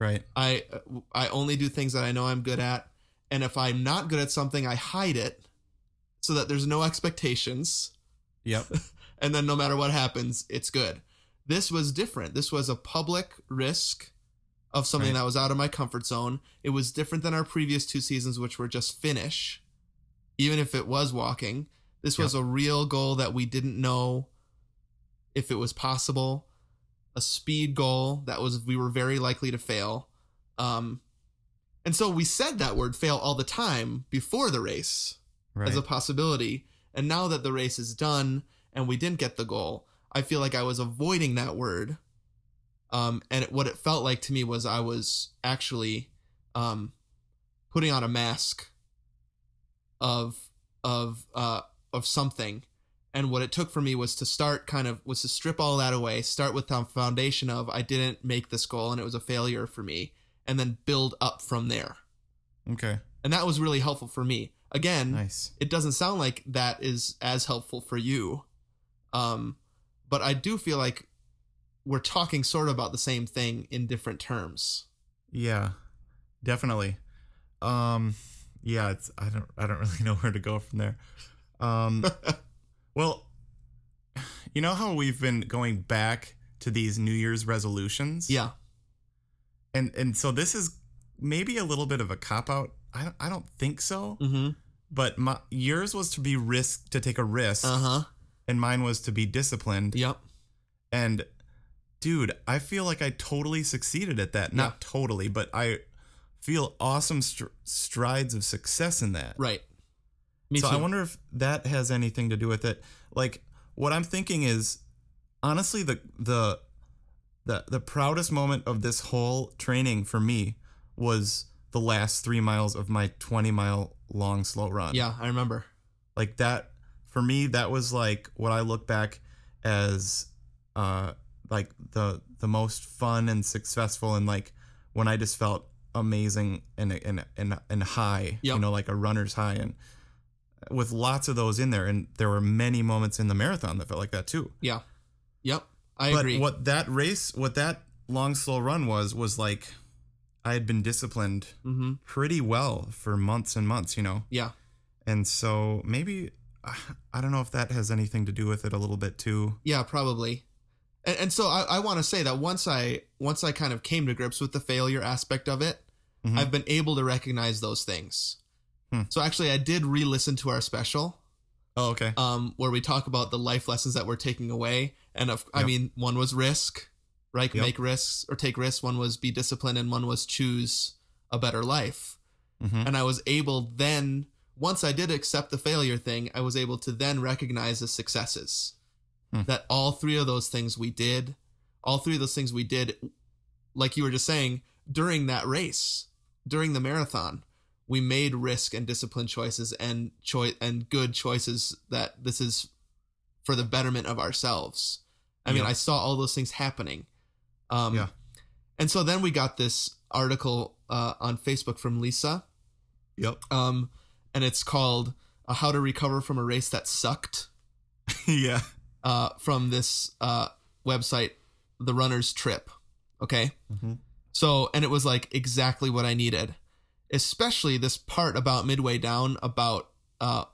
Speaker 1: Right.
Speaker 2: I I only do things that I know I'm good at, and if I'm not good at something, I hide it so that there's no expectations,
Speaker 1: Yep.
Speaker 2: and then no matter what happens, it's good. This was different. This was a public risk of something
Speaker 1: Right.
Speaker 2: that was out of my comfort zone. It was different than our previous two seasons, which were just finish, even if it was walking. This was a real goal that we didn't know if it was possible a speed goal that was we were very likely to fail um and so we said that word fail all the time before the race
Speaker 1: Right.
Speaker 2: as a possibility and now that the race is done and we didn't get the goal i feel like i was avoiding that word um and it, what it felt like to me was i was actually um putting on a mask of of uh of something and what it took for me was to start kind of was to strip all that away start with the foundation of i didn't make this goal and it was a failure for me and then build up from there
Speaker 1: okay.
Speaker 2: and that was really helpful for me again
Speaker 1: Nice.
Speaker 2: it doesn't sound like that is as helpful for you um but i do feel like we're talking sort of about the same thing in different terms
Speaker 1: Yeah. Definitely. Um. Yeah. It's I don't I don't really know where to go from there. Um. well. You know how we've been going back to these New Year's resolutions?
Speaker 2: yeah
Speaker 1: and and so this is maybe a little bit of a cop out. I don't, I don't think so,
Speaker 2: mm-hmm
Speaker 1: but my yours was to be risk to take a risk,
Speaker 2: uh-huh
Speaker 1: and mine was to be disciplined.
Speaker 2: yep
Speaker 1: And dude, I feel like I totally succeeded at that. Not totally, but I feel awesome str- strides of success in that.
Speaker 2: right me
Speaker 1: so
Speaker 2: too
Speaker 1: I wonder if that has anything to do with it. Like what I'm thinking is honestly the the the the proudest moment of this whole training for me was the last 3 miles of my 20 mile long slow run.
Speaker 2: yeah i remember
Speaker 1: Like that for me that was like what I look back as uh like the the most fun and successful and like when I just felt amazing and and and and high,
Speaker 2: Yep.
Speaker 1: you know, like a runner's high and with lots of those in there and there were many moments in the marathon that felt like that too.
Speaker 2: yeah yep i
Speaker 1: but
Speaker 2: agree
Speaker 1: what that race, what that long slow run was was like I had been disciplined
Speaker 2: mm-hmm
Speaker 1: pretty well for months and months, you know.
Speaker 2: yeah
Speaker 1: And so maybe I I don't know if that has anything to do with it a little bit too.
Speaker 2: Yeah, probably. And, and so I, I want to say that once I once I kind of came to grips with the failure aspect of it,
Speaker 1: Mhm.
Speaker 2: I've been able to recognize those things.
Speaker 1: Hmm.
Speaker 2: So actually, I did re-listen to our special
Speaker 1: Oh, okay.
Speaker 2: um, where we talk about the life lessons that we're taking away. And of, I
Speaker 1: Yep.
Speaker 2: mean, one was risk, right?
Speaker 1: Yep.
Speaker 2: Make risks or take risks. One was be disciplined, and one was choose a better life.
Speaker 1: Mhm.
Speaker 2: And I was able then, once I did accept the failure thing, I was able to then recognize the successes
Speaker 1: Hmm.
Speaker 2: that all three of those things we did, all three of those things we did, like you were just saying, during that race, during the marathon, we made risk and discipline choices and choice and good choices that this is for the betterment of ourselves. I mean,
Speaker 1: Yeah.
Speaker 2: I saw all those things happening. Um,
Speaker 1: Yeah.
Speaker 2: And so then we got this article uh, on Facebook from Lisa,
Speaker 1: Yep.
Speaker 2: um, and it's called uh, "How to Recover from a Race That Sucked."
Speaker 1: yeah.
Speaker 2: uh, from this uh, website, The Runner's Trip. Okay.
Speaker 1: Mhm.
Speaker 2: So, and it was like exactly what I needed, especially this part about midway down about uh,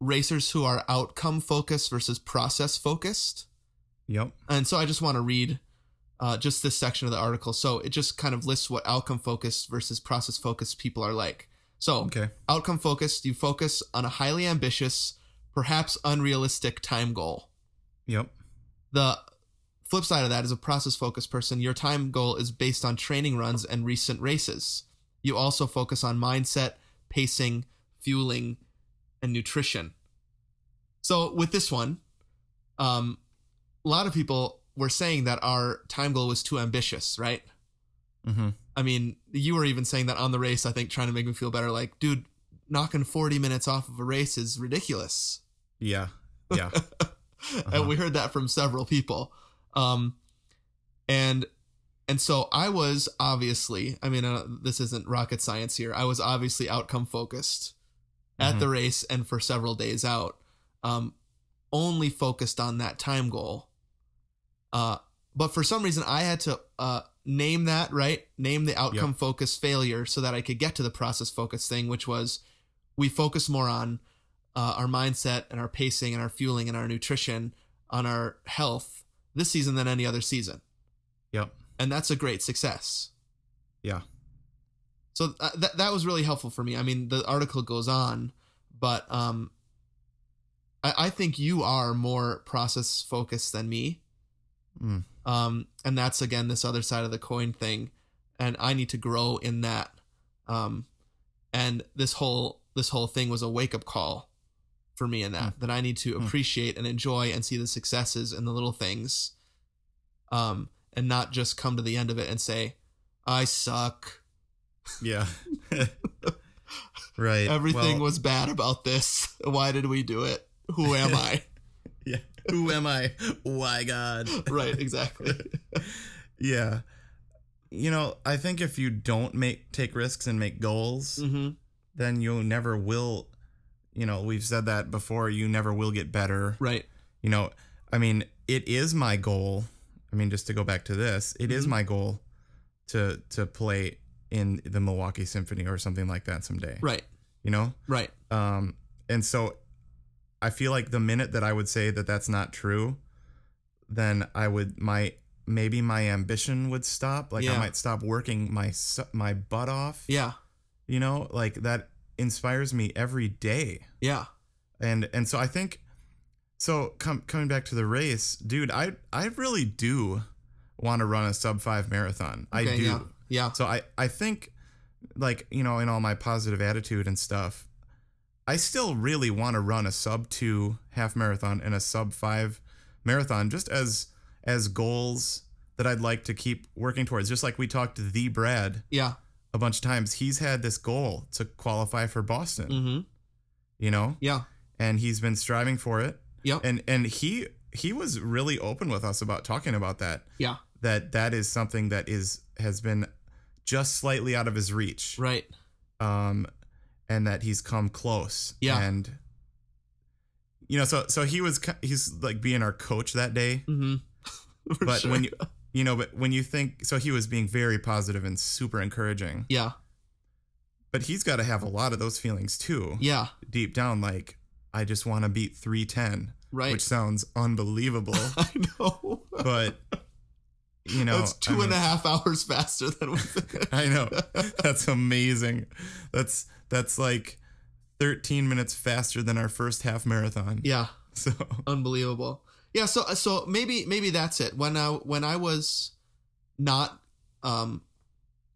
Speaker 2: racers who are outcome focused versus process focused.
Speaker 1: Yep.
Speaker 2: And so I just want to read uh, just this section of the article. So it just kind of lists what outcome focused versus process focused people are like. So,
Speaker 1: Okay.
Speaker 2: outcome focused, you focus on a highly ambitious, perhaps unrealistic time goal
Speaker 1: Yep.
Speaker 2: the flip side of that is a process focused person your time goal is based on training runs and recent races you also focus on mindset pacing fueling and nutrition so with this one um, a lot of people were saying that our time goal was too ambitious right
Speaker 1: Mm-hmm.
Speaker 2: i mean you were even saying that on the race i think trying to make me feel better like dude knocking 40 minutes off of a race is ridiculous
Speaker 1: Yeah. Yeah.
Speaker 2: and we heard that from several people um and and so i was obviously i mean uh, this isn't rocket science here i was obviously outcome focused at the race and for several days out um only focused on that time goal uh but for some reason i had to uh name that right name the outcome focused failure so that i could get to the process focused thing which was we focus more on uh, our mindset and our pacing and our fueling and our nutrition on our health this season than any other season
Speaker 1: Yep.
Speaker 2: and that's a great success
Speaker 1: Yeah.
Speaker 2: so th- that that was really helpful for me i mean the article goes on but um i, I think you are more process focused than me
Speaker 1: Mm.
Speaker 2: um and that's again this other side of the coin thing and i need to grow in that um and this whole this whole thing was a wake up call for me in
Speaker 1: Mm.
Speaker 2: that that i need to appreciate and enjoy and see the successes and the little things um and not just come to the end of it and say i suck
Speaker 1: Yeah. right.
Speaker 2: everything
Speaker 1: Well,
Speaker 2: was bad about this why did we do it who am i
Speaker 1: Yeah. Who am I? Why God?
Speaker 2: right exactly
Speaker 1: Yeah. You know, I think if you don't make take risks and make goals,
Speaker 2: mm-hmm.
Speaker 1: then you never will. You know, we've said that before. You never will get better.
Speaker 2: right
Speaker 1: You know, I mean, it is my goal. I mean, just to go back to this, it is
Speaker 2: Mhm.
Speaker 1: my goal to to play in the Milwaukee Symphony or something like that someday.
Speaker 2: right
Speaker 1: You know,
Speaker 2: right
Speaker 1: um, and so I feel like the minute that I would say that that's not true, then I would my maybe my ambition would stop. Like I
Speaker 2: Yeah.
Speaker 1: might stop working my su- my butt off.
Speaker 2: yeah
Speaker 1: You know, like that inspires me every day.
Speaker 2: yeah
Speaker 1: And and so I think so com- coming back to the race, dude, I I really do want to run a sub 5 marathon. I
Speaker 2: Okay,
Speaker 1: do.
Speaker 2: yeah yeah
Speaker 1: So I I think like you know in all my positive attitude and stuff, I still really want to run a sub two half marathon and a sub five marathon just as as goals that I'd like to keep working towards. Just like we talked to the Brad
Speaker 2: yeah
Speaker 1: a bunch of times, he's had this goal to qualify for Boston.
Speaker 2: mm-hmm.
Speaker 1: You know,
Speaker 2: yeah
Speaker 1: and he's been striving for it.
Speaker 2: Yep.
Speaker 1: And and he he was really open with us about talking about that.
Speaker 2: yeah
Speaker 1: That that is something that is has been just slightly out of his reach.
Speaker 2: right
Speaker 1: um, and that he's come close.
Speaker 2: Yeah.
Speaker 1: and you know, so so he was ki- he's like being our coach that day.
Speaker 2: mm-hmm.
Speaker 1: But when you you know, but when you think so, he was being very positive and super encouraging.
Speaker 2: yeah
Speaker 1: But he's got to have a lot of those feelings too,
Speaker 2: yeah
Speaker 1: deep down. Like I just want to beat three ten,
Speaker 2: right
Speaker 1: which sounds unbelievable,
Speaker 2: I know.
Speaker 1: but you know,
Speaker 2: That's two and a half hours faster than we think.
Speaker 1: I know. That's amazing. That's that's like 13 minutes faster than our first half marathon.
Speaker 2: yeah,
Speaker 1: So
Speaker 2: unbelievable. Yeah, so so maybe maybe that's it. When I when I was not um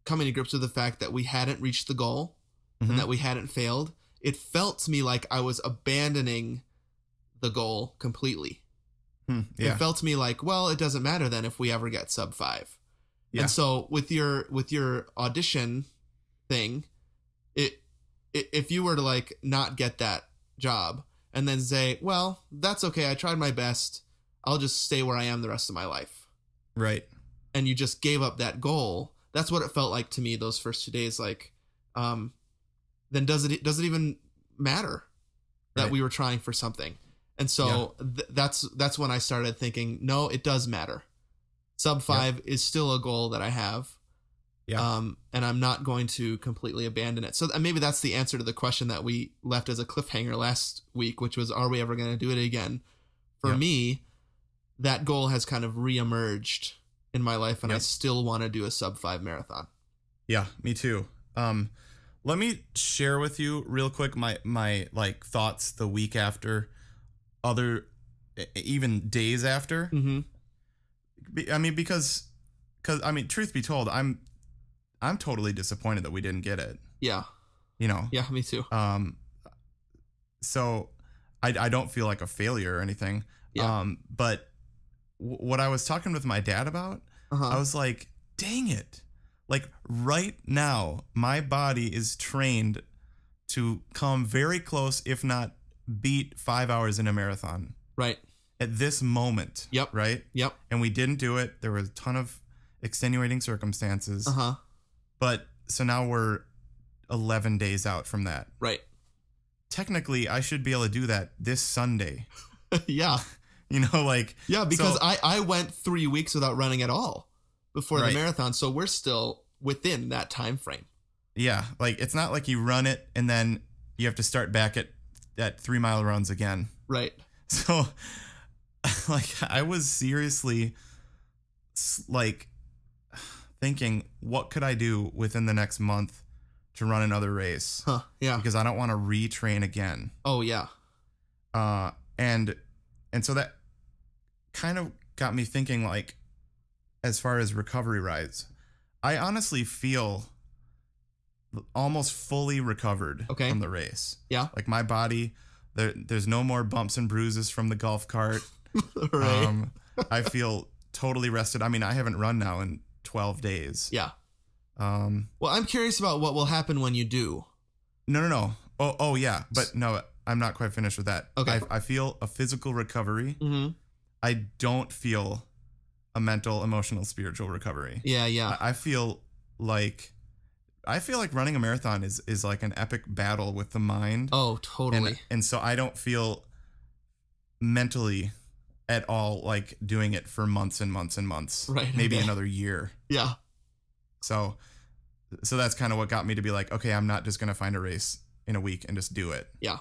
Speaker 2: coming to grips with the fact that we hadn't reached the goal
Speaker 1: Mhm.
Speaker 2: and that we hadn't failed, it felt to me like I was abandoning the goal completely.
Speaker 1: Yeah.
Speaker 2: It felt to me like, well, it doesn't matter then if we ever get sub five.
Speaker 1: Yeah.
Speaker 2: And so with your with your audition thing, it, it if you were to like not get that job and then say, well, that's okay, I tried my best, I'll just stay where I am the rest of my life,
Speaker 1: right.
Speaker 2: and you just gave up that goal. That's what it felt like to me those first two days. Like, um, then does it does it even matter that
Speaker 1: Right.
Speaker 2: we were trying for something? And so th- that's that's when I started thinking, no, it does matter. Sub five is still a goal that I have.
Speaker 1: Yeah.
Speaker 2: Um, and I'm not going to completely abandon it. So th- maybe that's the answer to the question that we left as a cliffhanger last week, which was, are we ever going to do it again? For
Speaker 1: Yeah.
Speaker 2: me, that goal has kind of reemerged in my life, and I
Speaker 1: Yeah.
Speaker 2: still want to do a sub five marathon.
Speaker 1: Yeah, me too. Um, let me share with you real quick my my like thoughts the week after, other, e- even days after.
Speaker 2: Mm-hmm.
Speaker 1: Be- I mean, because, because I mean, truth be told, I'm, I'm totally disappointed that we didn't get it.
Speaker 2: Yeah.
Speaker 1: You know.
Speaker 2: Yeah. Me too.
Speaker 1: Um, so I, I don't feel like a failure or anything.
Speaker 2: Yeah.
Speaker 1: Um, but w- what I was talking with my dad about,
Speaker 2: Uh-huh.
Speaker 1: I was like, dang it. Like right now, my body is trained to come very close, if not beat five hours in a marathon
Speaker 2: right.
Speaker 1: at this moment.
Speaker 2: Yep.
Speaker 1: Right.
Speaker 2: Yep.
Speaker 1: And we didn't do it. There were a ton of extenuating circumstances.
Speaker 2: Uh huh.
Speaker 1: But so now we're 11 days out from that
Speaker 2: Right.
Speaker 1: technically I should be able to do that this Sunday.
Speaker 2: yeah.
Speaker 1: You know, like
Speaker 2: Yeah, because
Speaker 1: So-
Speaker 2: I, I went three weeks without running at all before
Speaker 1: Right.
Speaker 2: the marathon, so we're still within that time frame.
Speaker 1: yeah, like it's not like you run it and then you have to start back at at three mile runs again.
Speaker 2: Right.
Speaker 1: So like I was seriously s- like thinking, what could I do within the next month to run another race?
Speaker 2: Huh. Yeah.
Speaker 1: Because I don't want to retrain again.
Speaker 2: Oh yeah.
Speaker 1: uh, and and so that kind of got me thinking like as far as recovery rides i honestly feel almost fully recovered
Speaker 2: Okay.
Speaker 1: from the race
Speaker 2: Yeah.
Speaker 1: like my body there, there's no more bumps and bruises from the golf cart
Speaker 2: right.
Speaker 1: um, i feel totally rested i mean i haven't run now in 12 days
Speaker 2: yeah.
Speaker 1: um,
Speaker 2: Well, I'm curious about what will happen when you do.
Speaker 1: no no no oh, oh yeah but no i'm not quite finished with that
Speaker 2: Okay.
Speaker 1: I, I feel a physical recovery
Speaker 2: Mm-hmm.
Speaker 1: I don't feel a mental, emotional, spiritual recovery.
Speaker 2: Yeah. Yeah.
Speaker 1: I I feel like I feel like running a marathon is is like an epic battle with the mind.
Speaker 2: oh,
Speaker 1: and,
Speaker 2: totally.
Speaker 1: and so I don't feel mentally at all like doing it for months and months and months.
Speaker 2: Right,
Speaker 1: Maybe
Speaker 2: okay.
Speaker 1: another year.
Speaker 2: yeah.
Speaker 1: So so that's kind of what got me to be like, okay, I'm not just gonna find a race in a week and just do it.
Speaker 2: Yeah.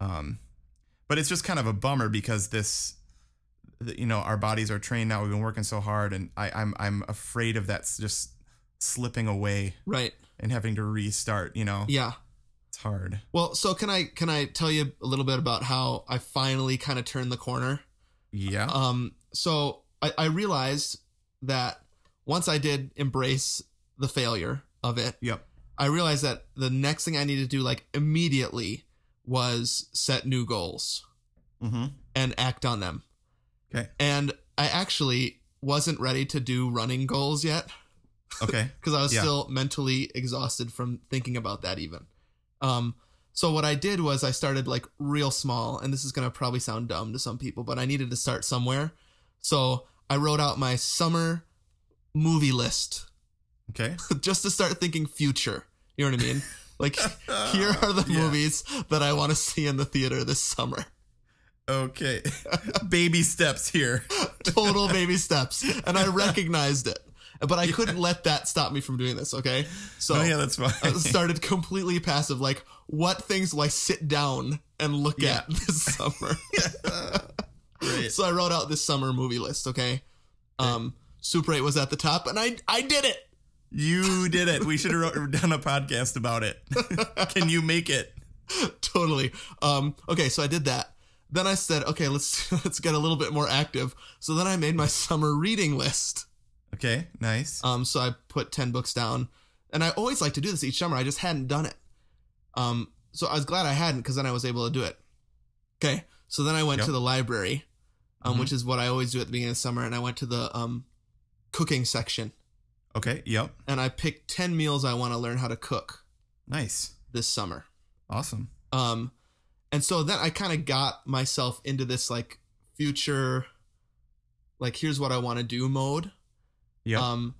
Speaker 1: Um, but it's just kind of a bummer because this, th- you know, our bodies are trained now. We've been working so hard, and I, I'm I'm afraid of that s- just slipping away
Speaker 2: Right.
Speaker 1: and having to restart. You know,
Speaker 2: Yeah.
Speaker 1: it's hard.
Speaker 2: Well, so can I can I tell you a little bit about how I finally kind of turned the corner?
Speaker 1: Yeah.
Speaker 2: Um, so I, I realized that once I did embrace the failure of it,
Speaker 1: yep.
Speaker 2: I realized that the next thing I needed to do, like immediately, was set new goals
Speaker 1: Mm-hmm.
Speaker 2: and act on them.
Speaker 1: Okay.
Speaker 2: And I actually wasn't ready to do running goals yet
Speaker 1: Okay.
Speaker 2: because I was
Speaker 1: Yeah.
Speaker 2: still mentally exhausted from thinking about that even. Um, so what I did was I started like real small, and this is gonna probably sound dumb to some people, but I needed to start somewhere. So I wrote out my summer movie list
Speaker 1: okay.
Speaker 2: just to start thinking future. You know what I mean? Like here are the
Speaker 1: Yeah.
Speaker 2: movies that I want to see in the theater this summer.
Speaker 1: Okay. Baby steps here.
Speaker 2: Total baby steps, and I recognized it, but I couldn't let that stop me from doing this. Okay, so
Speaker 1: oh yeah, that's fine.
Speaker 2: I uh, started completely passive. Like, what things will I sit down and look
Speaker 1: Yeah.
Speaker 2: at this summer?
Speaker 1: Great.
Speaker 2: so I wrote out this summer movie list. Okay, um, Super Eight was at the top, and I I did it.
Speaker 1: You did it. We should have done a podcast about it. Can you make it?
Speaker 2: totally. Um, okay, so I did that. Then I said, okay, let's let's get a little bit more active. So then I made my summer reading list.
Speaker 1: Okay. Nice.
Speaker 2: Um, so I put ten books down, and I always like to do this each summer. I just hadn't done it. Um, so I was glad I hadn't because then I was able to do it. Okay, so then I went
Speaker 1: Yep.
Speaker 2: to the library, um, which is what I always do at the beginning of summer. And I went to the um, cooking section
Speaker 1: Okay. Yep.
Speaker 2: and I picked 10 meals I want to learn how to cook
Speaker 1: Nice.
Speaker 2: this summer.
Speaker 1: Awesome.
Speaker 2: Um, and so then I kind of got myself into this like future, like here's what I want to do mode.
Speaker 1: Yep.
Speaker 2: Um,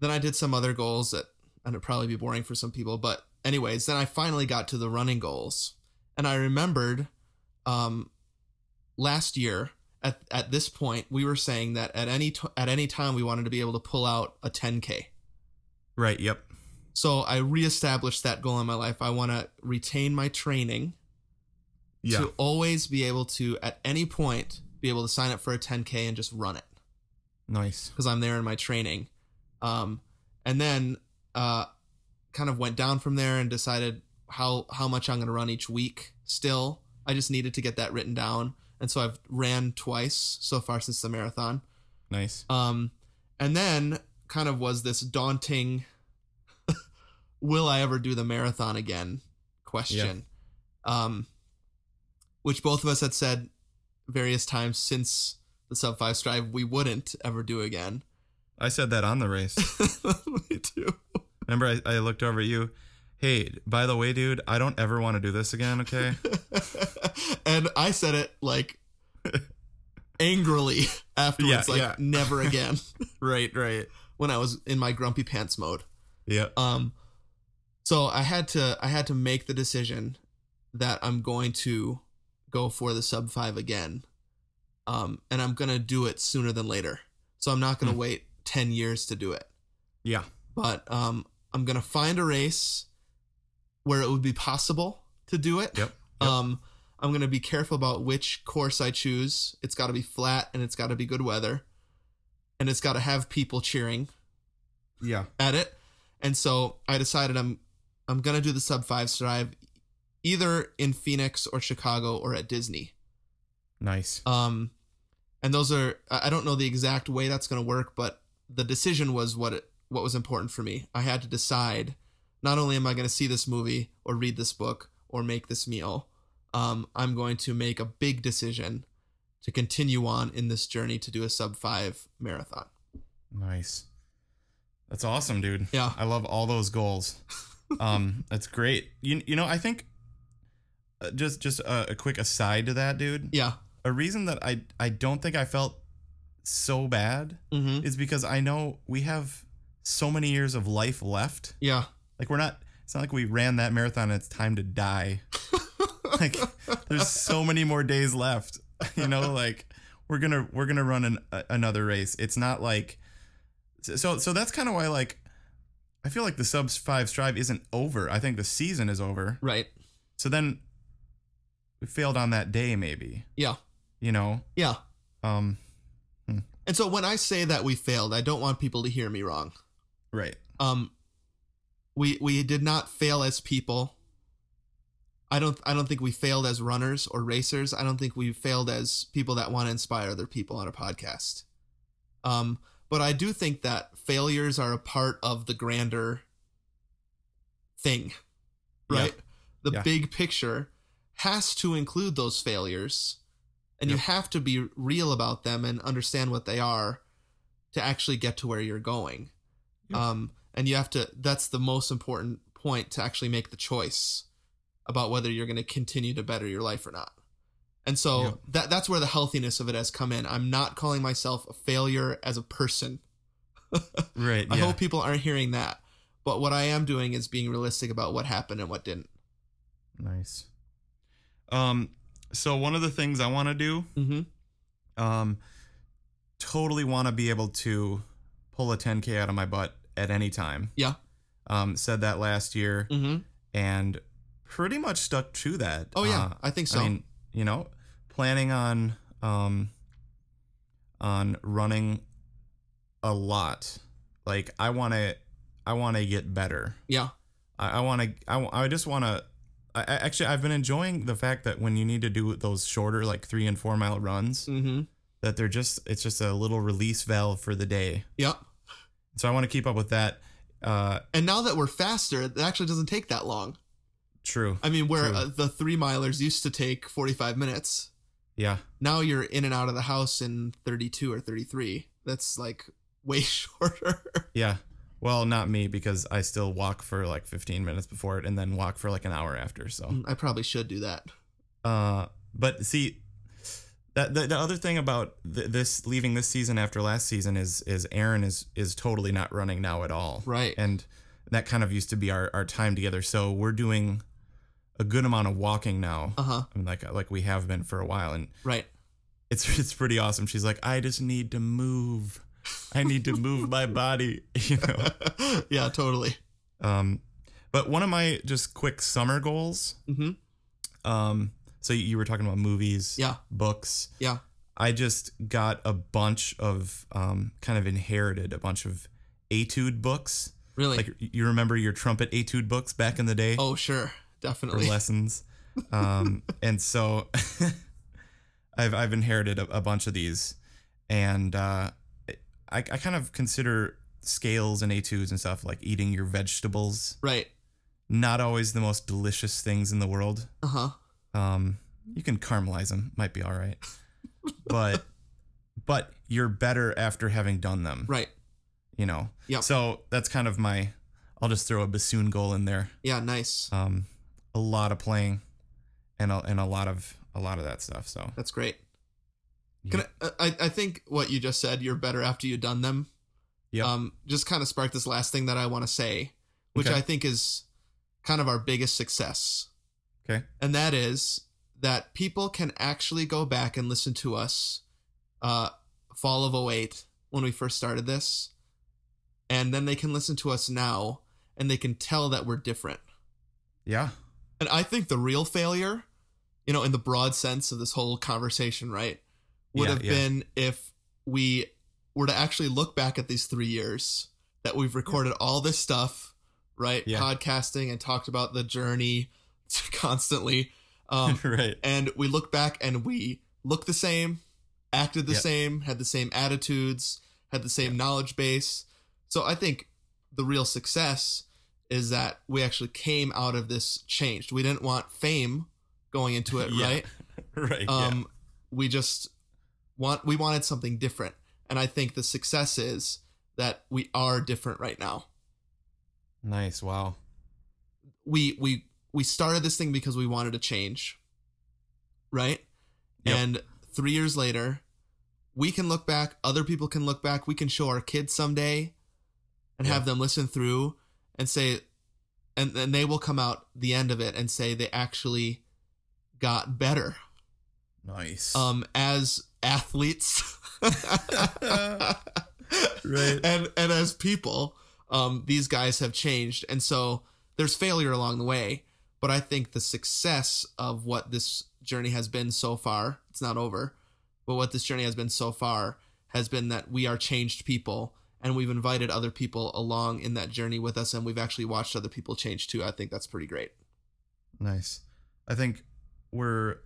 Speaker 2: then I did some other goals that, and it'd probably be boring for some people, but anyways, then I finally got to the running goals, and I remembered, um, last year at at this point we were saying that at any t- at any time we wanted to be able to pull out a 10k.
Speaker 1: right. Yep.
Speaker 2: So I reestablished that goal in my life. I want to retain my training
Speaker 1: Yeah.
Speaker 2: to always be able to at any point be able to sign up for a 10k and just run it
Speaker 1: nice.
Speaker 2: because I'm there in my training. Um, and then uh, kind of went down from there and decided how how much I'm going to run each week. Still, I just needed to get that written down, and so I've ran twice so far since the marathon.
Speaker 1: Nice.
Speaker 2: Um, and then kind of was this daunting, will I ever do the marathon again? Question. Um, which both of us had said various times since the sub five strive we wouldn't ever do again.
Speaker 1: I said that on the race.
Speaker 2: Me too.
Speaker 1: Remember, I, I looked over at you. Hey, by the way, dude, I don't ever want to do this again. Okay.
Speaker 2: and I said it like angrily afterwards,
Speaker 1: Yeah,
Speaker 2: like
Speaker 1: yeah.
Speaker 2: never again
Speaker 1: right. Right.
Speaker 2: when I was in my grumpy pants mode.
Speaker 1: Yeah.
Speaker 2: Um, so I had to I had to make the decision that I'm going to go for the sub five again, um, and I'm gonna do it sooner than later. So I'm not
Speaker 1: Hmm.
Speaker 2: gonna wait ten years to do it,
Speaker 1: Yeah.
Speaker 2: but um, I'm gonna find a race where it would be possible to do it.
Speaker 1: Yep.
Speaker 2: Um, I'm gonna be careful about which course I choose. It's got to be flat and it's got to be good weather, and it's got to have people cheering
Speaker 1: Yeah.
Speaker 2: at it. And so I decided I'm I'm gonna do the sub five strive either in Phoenix or Chicago or at Disney.
Speaker 1: Nice.
Speaker 2: Um and those are I I don't know the exact way that's gonna work, but the decision was what it what was important for me. I had to decide not only am I gonna see this movie or read this book or make this meal, um, I'm going to make a big decision to continue on in this journey to do a sub five marathon.
Speaker 1: Nice. That's awesome, dude.
Speaker 2: Yeah.
Speaker 1: I love all those goals. um, that's great. You you know, I think uh, just just a, a quick aside to that, dude.
Speaker 2: Yeah.
Speaker 1: A reason that I I don't think I felt so bad
Speaker 2: Mm-hmm.
Speaker 1: is because I know we have so many years of life left.
Speaker 2: Yeah.
Speaker 1: Like we're not it's not like we ran that marathon and it's time to die. like there's so many more days left. You know, like we're going to we're going to run an, a, another race. It's not like so so that's kind of why like I feel like the sub 5 strive isn't over. I think the season is over.
Speaker 2: Right.
Speaker 1: So then we failed on that day maybe,
Speaker 2: Yeah.
Speaker 1: you know.
Speaker 2: Yeah.
Speaker 1: Um
Speaker 2: And so when I say that we failed, I don't want people to hear me wrong.
Speaker 1: right.
Speaker 2: Um we we did not fail as people. I don't I don't think we failed as runners or racers. I don't think we failed as people that want to inspire other people on a podcast. Um but I do think that failures are a part of the grander thing. Right? The
Speaker 1: Yeah.
Speaker 2: big picture has to include those failures and you
Speaker 1: Yep.
Speaker 2: have to be real about them and understand what they are to actually get to where you're going
Speaker 1: Yep.
Speaker 2: um, and you have to that's the most important point to actually make the choice about whether you're going to continue to better your life or not and so
Speaker 1: Yep.
Speaker 2: that that's where the healthiness of it has come in i'm not calling myself a failure as a person
Speaker 1: Right.
Speaker 2: i
Speaker 1: yeah.
Speaker 2: hope people aren't hearing that but what i am doing is being realistic about what happened and what didn't
Speaker 1: Nice. Um, so one of the things I want to do,
Speaker 2: mm-hmm.
Speaker 1: um, totally want to be able to pull a 10k out of my butt at any time.
Speaker 2: Yeah.
Speaker 1: Um, said that last year
Speaker 2: Mm-hmm.
Speaker 1: and pretty much stuck to that.
Speaker 2: oh yeah
Speaker 1: Uh,
Speaker 2: i think so
Speaker 1: I mean, you know, planning on um on running a lot. Like I want to I want to get better.
Speaker 2: yeah
Speaker 1: I, I want to. I, wa- I just want to. I, I- actually, I've been enjoying the fact that when you need to do those shorter, like three and four mile runs,
Speaker 2: mm-hmm.
Speaker 1: that they're just it's just a little release valve for the day.
Speaker 2: yep
Speaker 1: So I want to keep up with that. Uh,
Speaker 2: and now that we're faster it actually doesn't take that long
Speaker 1: true.
Speaker 2: I mean, where
Speaker 1: True.
Speaker 2: uh, the three milers used to take 45 minutes,
Speaker 1: Yeah.
Speaker 2: Now you're in and out of the house in 32 or 33. That's like way shorter.
Speaker 1: Yeah. Well, not me because I still walk for like 15 minutes before it and then walk for like an hour after. So,
Speaker 2: I probably should do that.
Speaker 1: uh, but see, that the, the other thing about th- this leaving this season after last season is is Aaron is is totally not running now at all.
Speaker 2: Right.
Speaker 1: And that kind of used to be our our time together. So we're doing a good amount of walking now.
Speaker 2: Uh huh.
Speaker 1: I mean, like like we have been for a while, and
Speaker 2: Right.
Speaker 1: it's it's pretty awesome. She's like, I just need to move. I need to move my body. You know.
Speaker 2: yeah, totally.
Speaker 1: Um, but one of my just quick summer goals.
Speaker 2: hmm
Speaker 1: Um, so you were talking about movies,
Speaker 2: Yeah.
Speaker 1: books.
Speaker 2: Yeah.
Speaker 1: I just got a bunch of um, kind of inherited a bunch of etude books.
Speaker 2: Really?
Speaker 1: Like you remember your trumpet etude books back in the day
Speaker 2: oh, sure.
Speaker 1: or
Speaker 2: Definitely.
Speaker 1: lessons. Um, and so I've, I've inherited a, a bunch of these and uh, I, I kind of consider scales and etudes and stuff like eating your vegetables
Speaker 2: Right.
Speaker 1: not always the most delicious things in the world.
Speaker 2: Uh huh.
Speaker 1: Um, you can caramelize them, might be all right, but but you're better after having done them.
Speaker 2: Right.
Speaker 1: You know.
Speaker 2: Yep.
Speaker 1: So that's kind of my. I'll just throw a bassoon goal in there.
Speaker 2: Yeah, nice.
Speaker 1: Um, a lot of playing, and a, and a lot of a lot of that stuff. So
Speaker 2: That's great. Can I, I, I think what you just said, you're better after you've done them.
Speaker 1: Yep.
Speaker 2: Um, just kind of sparked this last thing that I want to say, which
Speaker 1: Okay.
Speaker 2: I think is kind of our biggest success.
Speaker 1: okay.
Speaker 2: And that is that people can actually go back and listen to us uh, fall of 08 when we first started this. And then they can listen to us now and they can tell that we're different.
Speaker 1: Yeah.
Speaker 2: And I think the real failure, you know, in the broad sense of this whole conversation, right, would
Speaker 1: Yeah,
Speaker 2: have
Speaker 1: yeah.
Speaker 2: been if we were to actually look back at these three years that we've recorded all this stuff, right,
Speaker 1: Yeah.
Speaker 2: podcasting and talked about the journey constantly. Um,
Speaker 1: right.
Speaker 2: and we look back and we look the same, acted the
Speaker 1: Yep.
Speaker 2: same, had the same attitudes, had the same knowledge base. So I think the real success is that we actually came out of this changed. We didn't want fame going into it,
Speaker 1: Yeah.
Speaker 2: right?
Speaker 1: Right.
Speaker 2: Um, we just want we wanted something different, and I think the success is that we are different right now.
Speaker 1: yeah. Nice. Wow.
Speaker 2: we we we started this thing because we wanted to change right
Speaker 1: Yep.
Speaker 2: and three years later we can look back other people can look back we can show our kids someday and have them listen through and say and then they will come out the end of it and say they actually got better
Speaker 1: Nice.
Speaker 2: um as athletes
Speaker 1: Right.
Speaker 2: and and as people um these guys have changed and so there's failure along the way but i think the success of what this journey has been so far it's not over but what this journey has been so far has been that we are changed people and we've invited other people along in that journey with us and we've actually watched other people change too i think that's pretty great
Speaker 1: Nice. I think we're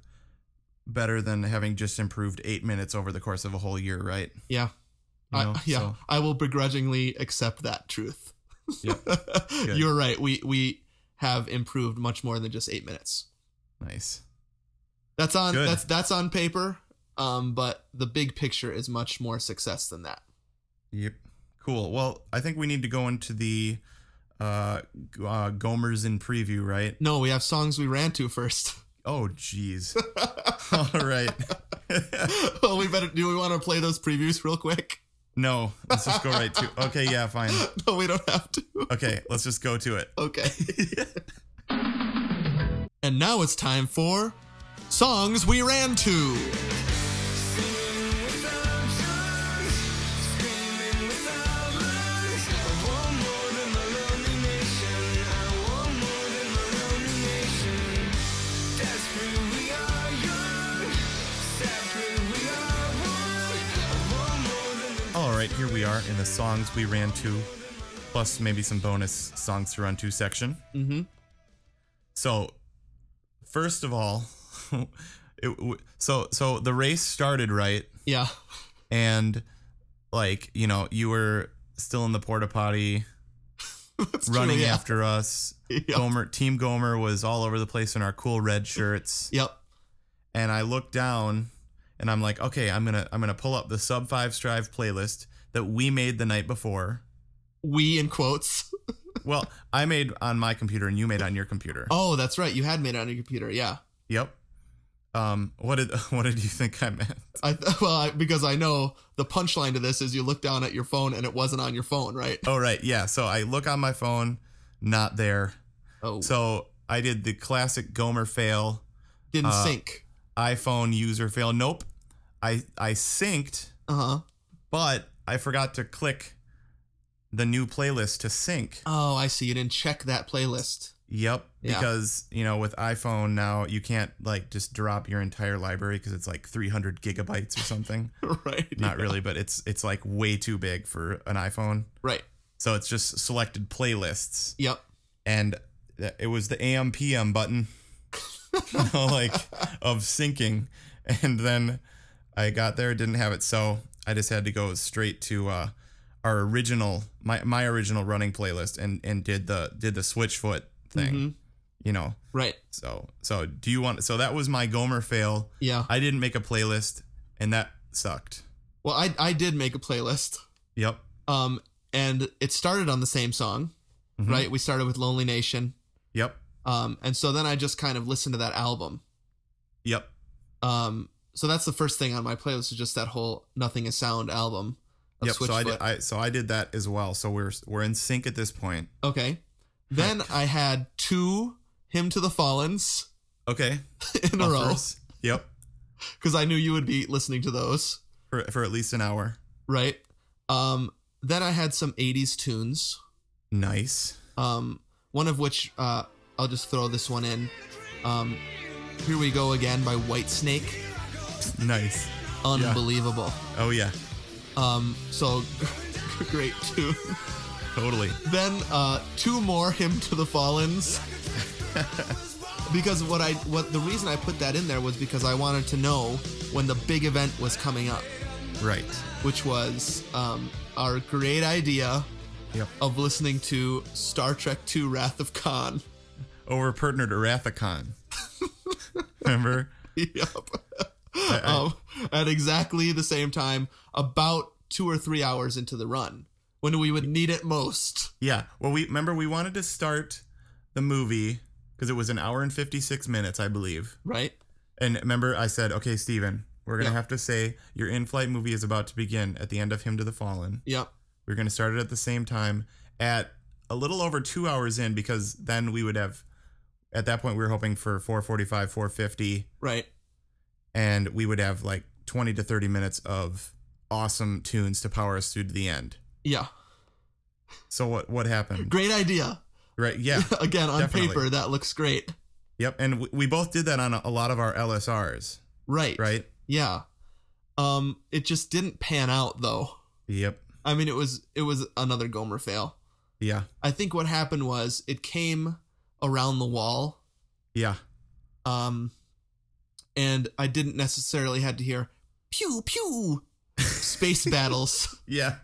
Speaker 1: better than having just improved eight minutes over the course of a whole year, right?
Speaker 2: yeah
Speaker 1: You know,
Speaker 2: I, yeah,
Speaker 1: so-
Speaker 2: I will begrudgingly accept that truth.
Speaker 1: Yep.
Speaker 2: You're right. We we have improved much more than just eight minutes.
Speaker 1: nice.
Speaker 2: That's on
Speaker 1: Good.
Speaker 2: that's that's on paper. Um, but the big picture is much more success than that.
Speaker 1: Yep. Cool. Well, I think we need to go into the uh, g- uh Gomers in preview, right?
Speaker 2: No, we have songs we ran to first.
Speaker 1: Oh, jeez. All right.
Speaker 2: well, we better do. We want to play those previews real quick.
Speaker 1: no, let's just go right to. Okay, yeah, fine.
Speaker 2: No, we don't have to.
Speaker 1: Okay, let's just go to it.
Speaker 2: Okay. and now it's time for songs we ran to.
Speaker 1: All right, here we are in the songs we ran to, plus maybe some bonus songs to run to section.
Speaker 2: Mm-hmm.
Speaker 1: So, first of all, it, w- so so the race started right,
Speaker 2: Yeah.
Speaker 1: and like you know you were still in the porta potty,
Speaker 2: That's true,
Speaker 1: running
Speaker 2: yeah.
Speaker 1: after us.
Speaker 2: Yep.
Speaker 1: Gomer Team Gomer was all over the place in our cool red shirts,
Speaker 2: Yep.
Speaker 1: and I looked down and I'm like, okay, I'm gonna I'm gonna pull up the sub five strive playlist that we made the night before.
Speaker 2: We in quotes.
Speaker 1: Well, I made on my computer and you made on your computer.
Speaker 2: Oh, that's right. You had made it on your computer. Yeah.
Speaker 1: Yep. Um, what did what did you think I meant?
Speaker 2: I th- well, I, because I know the punchline to this is you look down at your phone and it wasn't on your phone, right?
Speaker 1: Oh right, yeah. So I look on my phone, not there.
Speaker 2: Oh,
Speaker 1: So I did the classic Gomer fail,
Speaker 2: didn't
Speaker 1: uh,
Speaker 2: sync.
Speaker 1: iPhone user fail. Nope. I I synced,
Speaker 2: Uh huh.
Speaker 1: but I forgot to click the new playlist to sync.
Speaker 2: Oh, I see. You didn't check that playlist.
Speaker 1: Yep,
Speaker 2: Yeah.
Speaker 1: because you know with iPhone now you can't like just drop your entire library because it's like 300 gigabytes or something.
Speaker 2: right.
Speaker 1: Not really, but it's it's like way too big for an iPhone.
Speaker 2: Right.
Speaker 1: So it's just selected playlists,
Speaker 2: Yep.
Speaker 1: and th- it was the AM PM button, you know, like of syncing, and then I got there, didn't have it, so I just had to go straight to uh, our original my my original running playlist and and did the did the switchfoot thing,
Speaker 2: Mhm.
Speaker 1: you know.
Speaker 2: Right.
Speaker 1: So so do you want so that was my Gomer fail.
Speaker 2: Yeah.
Speaker 1: I didn't make a playlist and that sucked.
Speaker 2: Well, I I did make a playlist.
Speaker 1: Yep.
Speaker 2: Um, and it started on the same song,
Speaker 1: Mhm.
Speaker 2: right? We started with Lonely Nation.
Speaker 1: Yep.
Speaker 2: Um, and so then I just kind of listened to that album.
Speaker 1: Yep.
Speaker 2: Um, so that's the first thing on my playlist is just that whole Nothing Is Sound album. Of
Speaker 1: Yep. So I, did,
Speaker 2: Switchfoot.
Speaker 1: I so I did that as well. So we're we're in sync at this point.
Speaker 2: okay. Then I had two Hymn to the Fallens
Speaker 1: Okay.
Speaker 2: in a row
Speaker 1: Buffers. Yep.
Speaker 2: because I knew you would be listening to those,
Speaker 1: For for at least an hour.
Speaker 2: right? Um, then I had some 80s tunes.
Speaker 1: Nice.
Speaker 2: um, one of which uh, I'll just throw this one in. Um, Here we go again by Whitesnake.
Speaker 1: Nice.
Speaker 2: Unbelievable.
Speaker 1: Oh yeah.
Speaker 2: Um, so great tune.
Speaker 1: Totally.
Speaker 2: Then uh, two more hymn to the Fallens. because what I what the reason I put that in there was because I wanted to know when the big event was coming up,
Speaker 1: Right.
Speaker 2: which was um, our great idea
Speaker 1: Yep.
Speaker 2: of listening to Star Trek II: Wrath of Khan.
Speaker 1: Over partnered Arathicon. Remember?
Speaker 2: yep.
Speaker 1: I-
Speaker 2: um, at exactly the same time, about two or three hours into the run, when we would need it most.
Speaker 1: Yeah. Well, we remember we wanted to start the movie because it was an hour and 56 minutes, I believe.
Speaker 2: Right?
Speaker 1: And remember, I said, okay, Steven, we're going to
Speaker 2: Yeah.
Speaker 1: have to say your in flight movie is about to begin at the end of Him to the Fallen.
Speaker 2: Yep.
Speaker 1: We're going to start it at the same time at a little over two hours in because then we would have, at that point, we were hoping for 445, 450,
Speaker 2: Right.
Speaker 1: and we would have like 20 to 30 minutes of awesome tunes to power us through to the end.
Speaker 2: Yeah.
Speaker 1: So what what happened?
Speaker 2: Great idea.
Speaker 1: Right? Yeah.
Speaker 2: Again, on
Speaker 1: Definitely.
Speaker 2: paper, that looks great.
Speaker 1: Yep, and we, we both did that on a, a lot of our LSRs,
Speaker 2: Right.
Speaker 1: right?
Speaker 2: Yeah. Um, it just didn't pan out though.
Speaker 1: Yep.
Speaker 2: I mean, it was it was another Gomer fail.
Speaker 1: Yeah.
Speaker 2: I think what happened was it came around the wall
Speaker 1: Yeah.
Speaker 2: um, and I didn't necessarily had to hear pew pew space battles
Speaker 1: Yeah.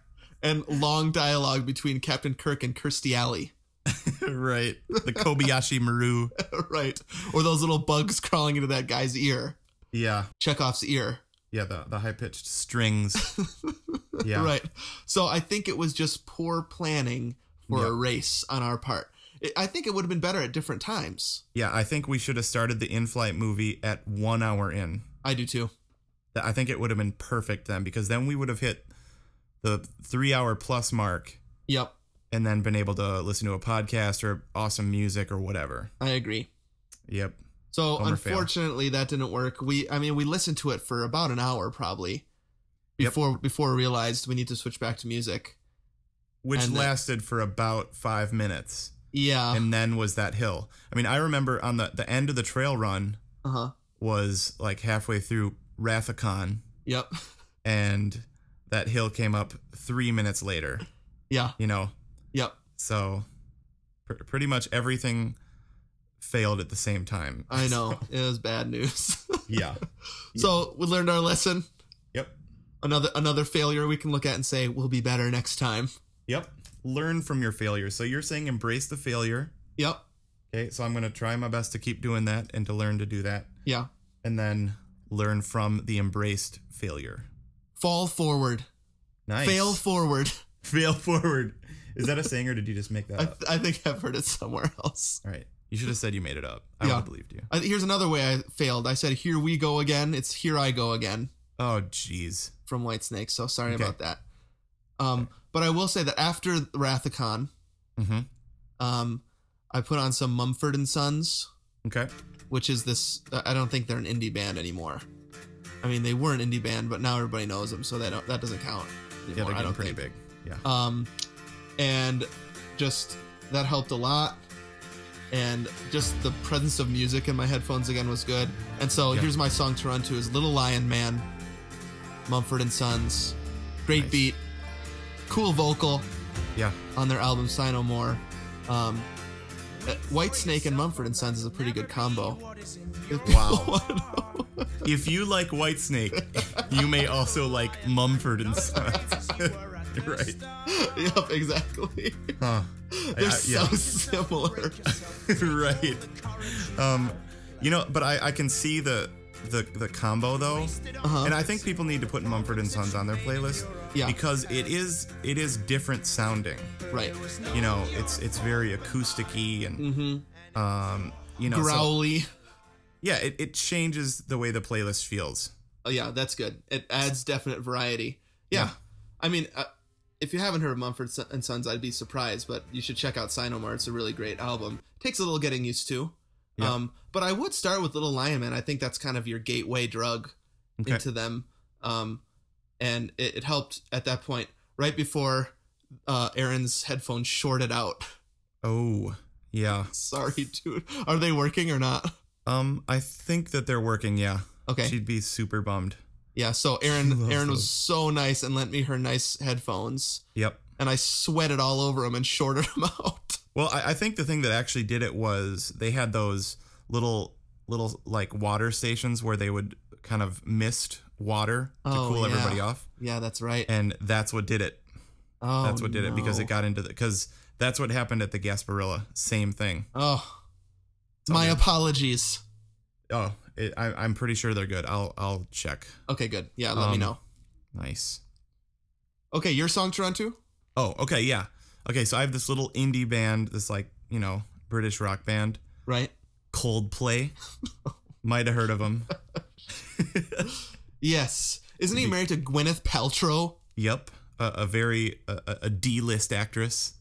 Speaker 2: and long dialogue between Captain Kirk and Kirstie Alley,
Speaker 1: right. The Kobayashi Maru.
Speaker 2: right? Or those little bugs crawling into that guy's ear,
Speaker 1: Yeah.
Speaker 2: Chekhov's ear,
Speaker 1: Yeah. The the high pitched strings. Yeah.
Speaker 2: right? So I think it was just poor planning for a
Speaker 1: Yeah.
Speaker 2: race on our part. It, I think it would have been better at different times.
Speaker 1: Yeah. I think we should have started the in flight movie at one hour in.
Speaker 2: I do too.
Speaker 1: Th- I think it would have been perfect then because then we would have hit the three hour plus mark
Speaker 2: Yep,
Speaker 1: and then been able to listen to a podcast or awesome music or whatever.
Speaker 2: I agree.
Speaker 1: Yep.
Speaker 2: So
Speaker 1: Bummer fail.
Speaker 2: unfortunately, that didn't work. We, I mean, we listened to it for about an hour probably before before we realized we need to switch back to music.
Speaker 1: Which
Speaker 2: And Ah. the-
Speaker 1: lasted for about five minutes.
Speaker 2: Yeah.
Speaker 1: and then was that hill. I mean, I remember on the the end of the trail run
Speaker 2: Uh huh.
Speaker 1: was like halfway through Rathacon,
Speaker 2: Yep.
Speaker 1: and that hill came up three minutes later.
Speaker 2: Yeah.
Speaker 1: You know,
Speaker 2: Yep.
Speaker 1: so pr- pretty much everything failed at the same time.
Speaker 2: I know it was bad news.
Speaker 1: yeah.
Speaker 2: so we learned our lesson.
Speaker 1: Yep.
Speaker 2: Another another failure we can look at and say we'll be better next time.
Speaker 1: Yep. Learn from your failures. So you're saying embrace the failure.
Speaker 2: Yep.
Speaker 1: Okay. So I'm gonna try my best to keep doing that and to learn to do that,
Speaker 2: Yeah.
Speaker 1: and then learn from the embraced failure.
Speaker 2: Fall forward.
Speaker 1: Nice.
Speaker 2: Fail forward.
Speaker 1: Fail forward. Is that a saying or did you just make that
Speaker 2: I,
Speaker 1: up?
Speaker 2: th- I think I've heard it somewhere else.
Speaker 1: All right. You should have said you made it up. I would
Speaker 2: Yeah.
Speaker 1: have believed you.
Speaker 2: I, here's another way I failed. I said, "Here we go again." It's "Here I go again"
Speaker 1: Oh, jeez.
Speaker 2: from Whitesnake. So sorry
Speaker 1: Okay.
Speaker 2: about that. Um, but I will say that after Rathacon,
Speaker 1: Mm-hmm.
Speaker 2: um, I put on some Mumford and Sons,
Speaker 1: Okay.
Speaker 2: which is this. I don't think they're an indie band anymore. I mean, they were an indie band, but now everybody knows them, so they don't. That doesn't count.
Speaker 1: Yeah,
Speaker 2: Anymore,
Speaker 1: they're
Speaker 2: I
Speaker 1: getting
Speaker 2: don't
Speaker 1: pretty big.
Speaker 2: think.
Speaker 1: Yeah.
Speaker 2: um, and just that helped a lot. And just the presence of music in my headphones again was good. And so
Speaker 1: Yeah.
Speaker 2: here's my song to run to is Little Lion Man, Mumford and Sons. Great
Speaker 1: Nice.
Speaker 2: beat, cool vocal
Speaker 1: Yeah.
Speaker 2: on their album Sign No More. Um, White Snake and Mumford and Sons is a pretty good combo. Wow.
Speaker 1: If you like Whitesnake, you may also like Mumford and Sons. right.
Speaker 2: yep, exactly.
Speaker 1: Huh.
Speaker 2: They're
Speaker 1: I- I-
Speaker 2: so similar.
Speaker 1: right. Um, you know, but I, I can see the the the combo though, and I think people need to put Mumford and Sons on their playlist.
Speaker 2: Yeah.
Speaker 1: Because it is it is different sounding.
Speaker 2: right.
Speaker 1: You know, it's it's very acousticy and um, you know, so-
Speaker 2: Growly.
Speaker 1: yeah, it, it changes the way the playlist feels.
Speaker 2: Oh, yeah, that's good. It adds definite variety. Yeah.
Speaker 1: Yeah.
Speaker 2: I mean, uh, if you haven't heard of Mumford Son- and Sons, I'd be surprised, but you should check out Sinomar. It's a really great album. Takes a little getting used to.
Speaker 1: Yeah.
Speaker 2: Um, but I would start with Little Lion Man. I think that's kind of your gateway drug
Speaker 1: Okay.
Speaker 2: into them. Um, and it, it helped at that point, right before uh, Aaron's headphones shorted out.
Speaker 1: Oh, yeah.
Speaker 2: Sorry, dude. Are they working or not?
Speaker 1: Um, I think that they're working. Yeah.
Speaker 2: Okay.
Speaker 1: She'd be super bummed.
Speaker 2: yeah, so Aaron
Speaker 1: loves
Speaker 2: Aaron was
Speaker 1: those.
Speaker 2: so nice and lent me her nice headphones.
Speaker 1: Yep.
Speaker 2: and I sweated all over him and shorted him out.
Speaker 1: Well, I, I think the thing that actually did it was they had those little little like water stations where they would kind of mist water to
Speaker 2: Oh,
Speaker 1: cool
Speaker 2: yeah.
Speaker 1: everybody off,
Speaker 2: Yeah, that's right.
Speaker 1: and that's what did it.
Speaker 2: Oh,
Speaker 1: That's what did it because
Speaker 2: no.
Speaker 1: it got into the because that's what happened at the Gasparilla. Same thing.
Speaker 2: Oh, my
Speaker 1: good.
Speaker 2: apologies.
Speaker 1: Oh, it, I, I'm pretty sure they're good. I'll I'll check.
Speaker 2: Okay, good. Yeah, let me
Speaker 1: Um,
Speaker 2: know.
Speaker 1: Nice.
Speaker 2: Okay, your song to run to.
Speaker 1: Oh, okay, yeah. Okay, so I have this little indie band, this like you know British rock band.
Speaker 2: Right.
Speaker 1: Coldplay. Might have heard of him.
Speaker 2: Yes. Isn't he married to Gwyneth Paltrow?
Speaker 1: Yep, a, a very a- a, a D-list actress.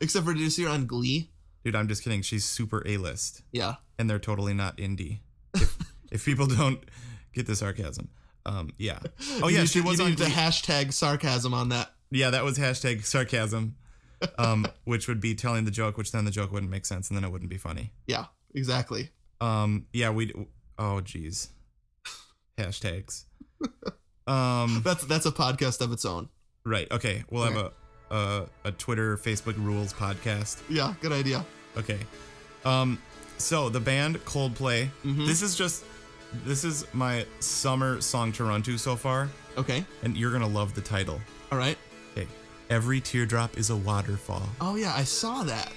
Speaker 2: Except for did you see her on Glee?
Speaker 1: Dude, I'm just kidding. She's super A-list,
Speaker 2: Yeah.
Speaker 1: and they're totally not indie. If, if people don't get the sarcasm, um, yeah. Oh yeah,
Speaker 2: You
Speaker 1: she
Speaker 2: need-
Speaker 1: was
Speaker 2: you
Speaker 1: on.
Speaker 2: need to
Speaker 1: Glee.
Speaker 2: hashtag sarcasm on that.
Speaker 1: yeah, that was hashtag sarcasm, um, which would be telling the joke, which then the joke wouldn't make sense, and then it wouldn't be funny.
Speaker 2: Yeah, exactly.
Speaker 1: Um, yeah, we. Oh geez, hashtags. Um,
Speaker 2: That's that's a podcast of its own.
Speaker 1: Right. Okay. We'll have
Speaker 2: Okay.
Speaker 1: a, a a Twitter, Facebook rules podcast.
Speaker 2: Yeah, good idea.
Speaker 1: Okay. Um. So the band Coldplay.
Speaker 2: Mhm.
Speaker 1: This is just this is my summer song to run to so far,
Speaker 2: Okay.
Speaker 1: and you're gonna love the title.
Speaker 2: All right.
Speaker 1: Okay. Every teardrop is a waterfall.
Speaker 2: Oh yeah, I saw that.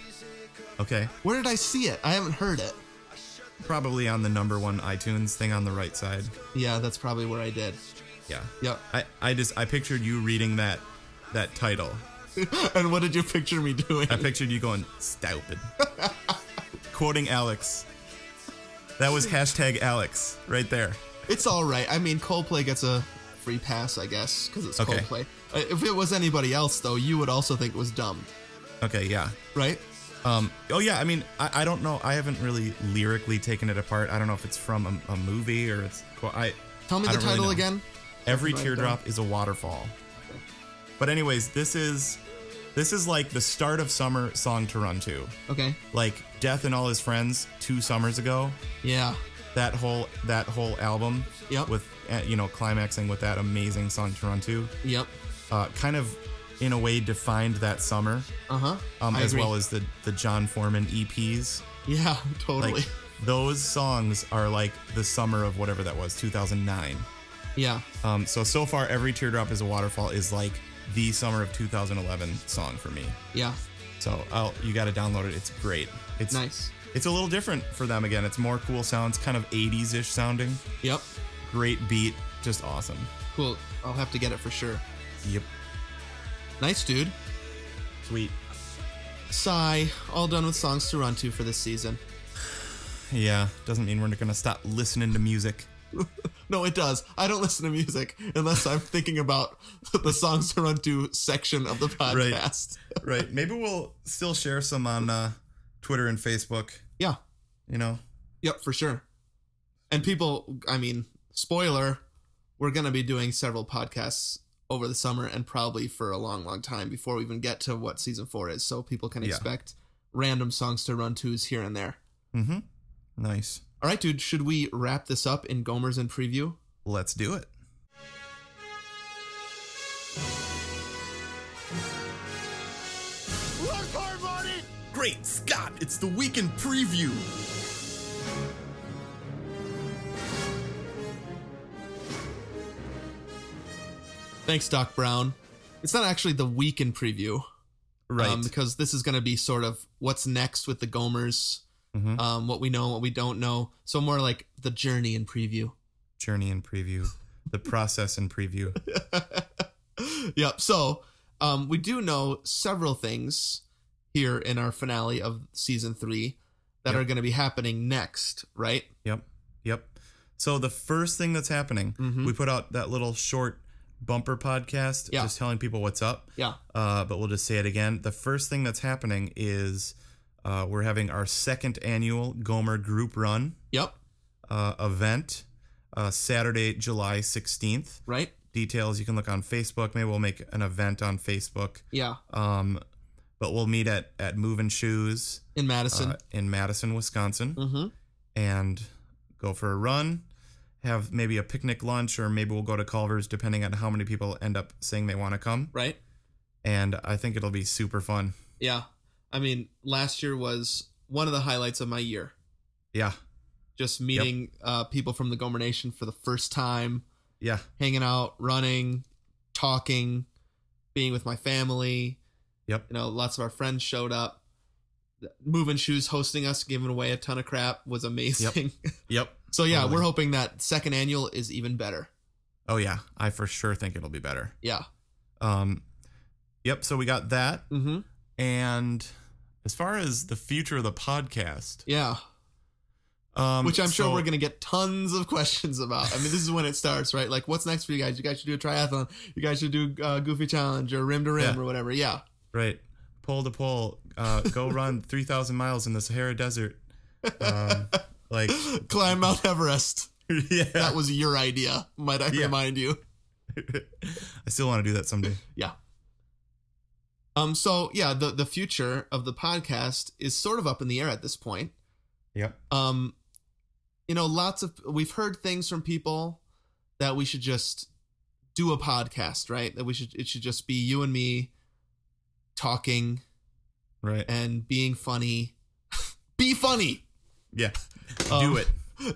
Speaker 1: Okay.
Speaker 2: Where did I see it? I haven't heard it.
Speaker 1: Probably on the number one iTunes thing on the right side.
Speaker 2: Yeah, that's probably where I did.
Speaker 1: Yeah.
Speaker 2: Yep.
Speaker 1: I I just I pictured you reading that that title.
Speaker 2: and what did you picture me doing?
Speaker 1: I pictured you going stupid, quoting Alex. That was hashtag Alex right there.
Speaker 2: It's all right. I mean, Coldplay gets a free pass, I guess, because it's
Speaker 1: Okay.
Speaker 2: Coldplay. Uh, If it was anybody else, though, you would also think it was dumb,
Speaker 1: Okay, yeah.
Speaker 2: right?
Speaker 1: Um, oh yeah, I mean, I, I don't know. I haven't really lyrically taken it apart. I don't know if it's from a, a movie or it's. well, I
Speaker 2: Tell me
Speaker 1: I
Speaker 2: the
Speaker 1: don't really
Speaker 2: title
Speaker 1: know.
Speaker 2: again.
Speaker 1: Every
Speaker 2: Right
Speaker 1: teardrop is a waterfall. But anyways, this is this is like the start of summer song to run to.
Speaker 2: Okay.
Speaker 1: Like Death and all his friends two summers ago.
Speaker 2: Yeah.
Speaker 1: that whole that whole album
Speaker 2: Yep.
Speaker 1: with uh, you know climaxing with that amazing song to run to
Speaker 2: Yep.
Speaker 1: uh, kind of in a way defined that summer
Speaker 2: Uh huh.
Speaker 1: um, as well as the the john foreman E eps
Speaker 2: Yeah,
Speaker 1: like
Speaker 2: totally.
Speaker 1: those songs are like the summer of whatever that was 2009
Speaker 2: yeah.
Speaker 1: um, so so far every teardrop is a waterfall is like the summer of 2011 song for me
Speaker 2: Yeah.
Speaker 1: so I'll, you got to download it it's great it's
Speaker 2: Nice.
Speaker 1: It's a little different for them again. It's more cool sounds, kind of 80s ish sounding.
Speaker 2: Yep.
Speaker 1: Great beat, just awesome.
Speaker 2: Cool. I'll have to get it for sure.
Speaker 1: Yep.
Speaker 2: Nice, dude.
Speaker 1: Sweet.
Speaker 2: Sigh. All done with songs to run to for this season.
Speaker 1: Yeah, doesn't mean we're not gonna stop listening to music.
Speaker 2: No, it does. I don't listen to music unless I'm thinking about the songs to run to section of the
Speaker 1: Right.
Speaker 2: podcast.
Speaker 1: right. Maybe we'll still share some on uh, Twitter and Facebook.
Speaker 2: Yeah.
Speaker 1: You know,
Speaker 2: Yep, for sure. And people, I mean, spoiler, we're going to be doing several podcasts over the summer and probably for a long, long time before we even get to what season four is. So people can
Speaker 1: Yeah.
Speaker 2: expect random songs to run twos here and there.
Speaker 1: Mm-hmm. Nice.
Speaker 2: All right, dude, should we wrap this up in Gomer's and preview?
Speaker 1: Let's do it.
Speaker 3: Work hard, Marty!
Speaker 1: Great Scott! It's the weekend preview.
Speaker 2: Thanks, Doc Brown. It's not actually the week in preview,
Speaker 1: Right.
Speaker 2: Um, because this is going to be sort of what's next with the Gomers,
Speaker 1: Mhm.
Speaker 2: um, what we know, what we don't know. So more like the journey in preview.
Speaker 1: Journey and preview. The process and preview.
Speaker 2: yep. So um, we do know several things here in our finale of season three that
Speaker 1: Yep.
Speaker 2: are going to be happening next, right?
Speaker 1: Yep. Yep. So the first thing that's happening,
Speaker 2: Mhm.
Speaker 1: we put out that little short bumper podcast,
Speaker 2: Yeah.
Speaker 1: just telling people what's up.
Speaker 2: Yeah.
Speaker 1: Uh, but we'll just say it again. The first thing that's happening is uh, we're having our second annual Gomer Group Run
Speaker 2: Yep.
Speaker 1: uh, event, uh, Saturday, July 16th.
Speaker 2: Right.
Speaker 1: Details you can look on Facebook. Maybe we'll make an event on Facebook.
Speaker 2: Yeah.
Speaker 1: Um, but we'll meet at at Moving Shoes
Speaker 2: In
Speaker 1: uh,
Speaker 2: Madison.
Speaker 1: in Madison, Wisconsin,
Speaker 2: mm-hmm.
Speaker 1: and go for a run. Have maybe a picnic lunch, or maybe we'll go to Culver's, depending on how many people end up saying they want to come.
Speaker 2: Right.
Speaker 1: And I think it'll be super fun.
Speaker 2: Yeah. I mean, last year was one of the highlights of my year.
Speaker 1: Yeah,
Speaker 2: Just meeting uh, people from the Gomer Nation for the first time,
Speaker 1: yeah,
Speaker 2: hanging out, running, talking, being with my family.
Speaker 1: Yep.
Speaker 2: You know, lots of our friends showed up. Moving Shoes hosting us, giving away a ton of crap was amazing.
Speaker 1: yep.
Speaker 2: so yeah,
Speaker 1: Totally.
Speaker 2: we're hoping that second annual is even better.
Speaker 1: Oh yeah, I for sure think it'll be better.
Speaker 2: Yeah.
Speaker 1: Um, yep. So we got that,
Speaker 2: Mm-hmm.
Speaker 1: and as far as the future of the podcast,
Speaker 2: Yeah.
Speaker 1: um,
Speaker 2: Which I'm sure
Speaker 1: so-
Speaker 2: we're gonna get tons of questions about. I mean, this is when it starts, right? Like, what's next for you guys? You guys should do a triathlon. You guys should do uh, Goofy Challenge or Rim to Rim
Speaker 1: Yeah.
Speaker 2: or whatever. Yeah.
Speaker 1: Right. Pole to pole. Uh, go run 3,000 miles in the Sahara Desert. Um, like,
Speaker 2: Climb Mount Everest.
Speaker 1: yeah.
Speaker 2: That was your idea, might I
Speaker 1: Yeah.
Speaker 2: remind you?
Speaker 1: I still want to do that someday.
Speaker 2: Yeah. Um. So yeah, the the future of the podcast is sort of up in the air at this point.
Speaker 1: Yep.
Speaker 2: um you know lots of we've heard things from people that we should just do a podcast right that we should it should just be you and me talking
Speaker 1: Right.
Speaker 2: and being funny be funny
Speaker 1: Yeah.
Speaker 2: Um,
Speaker 1: do it.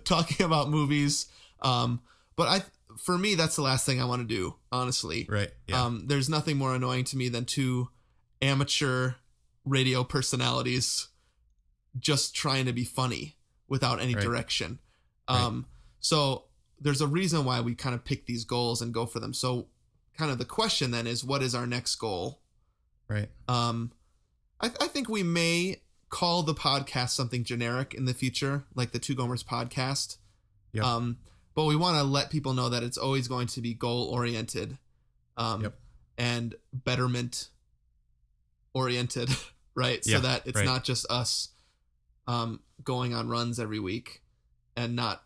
Speaker 2: talking about movies um but i for me that's the last thing i want to do honestly
Speaker 1: Right. Yeah.
Speaker 2: um there's nothing more annoying to me than two amateur radio personalities just trying to be funny without any
Speaker 1: Right.
Speaker 2: direction um so there's a reason why we kind of pick these goals and go for them so kind of the question then is what is our next goal
Speaker 1: right.
Speaker 2: um i, I think we may call the podcast something generic in the future like the two gomers podcast
Speaker 1: Yep.
Speaker 2: um but we want to let people know that it's always going to be goal oriented um
Speaker 1: Yep.
Speaker 2: and betterment oriented right
Speaker 1: Yeah,
Speaker 2: so that it's
Speaker 1: right.
Speaker 2: not just us um going on runs every week and not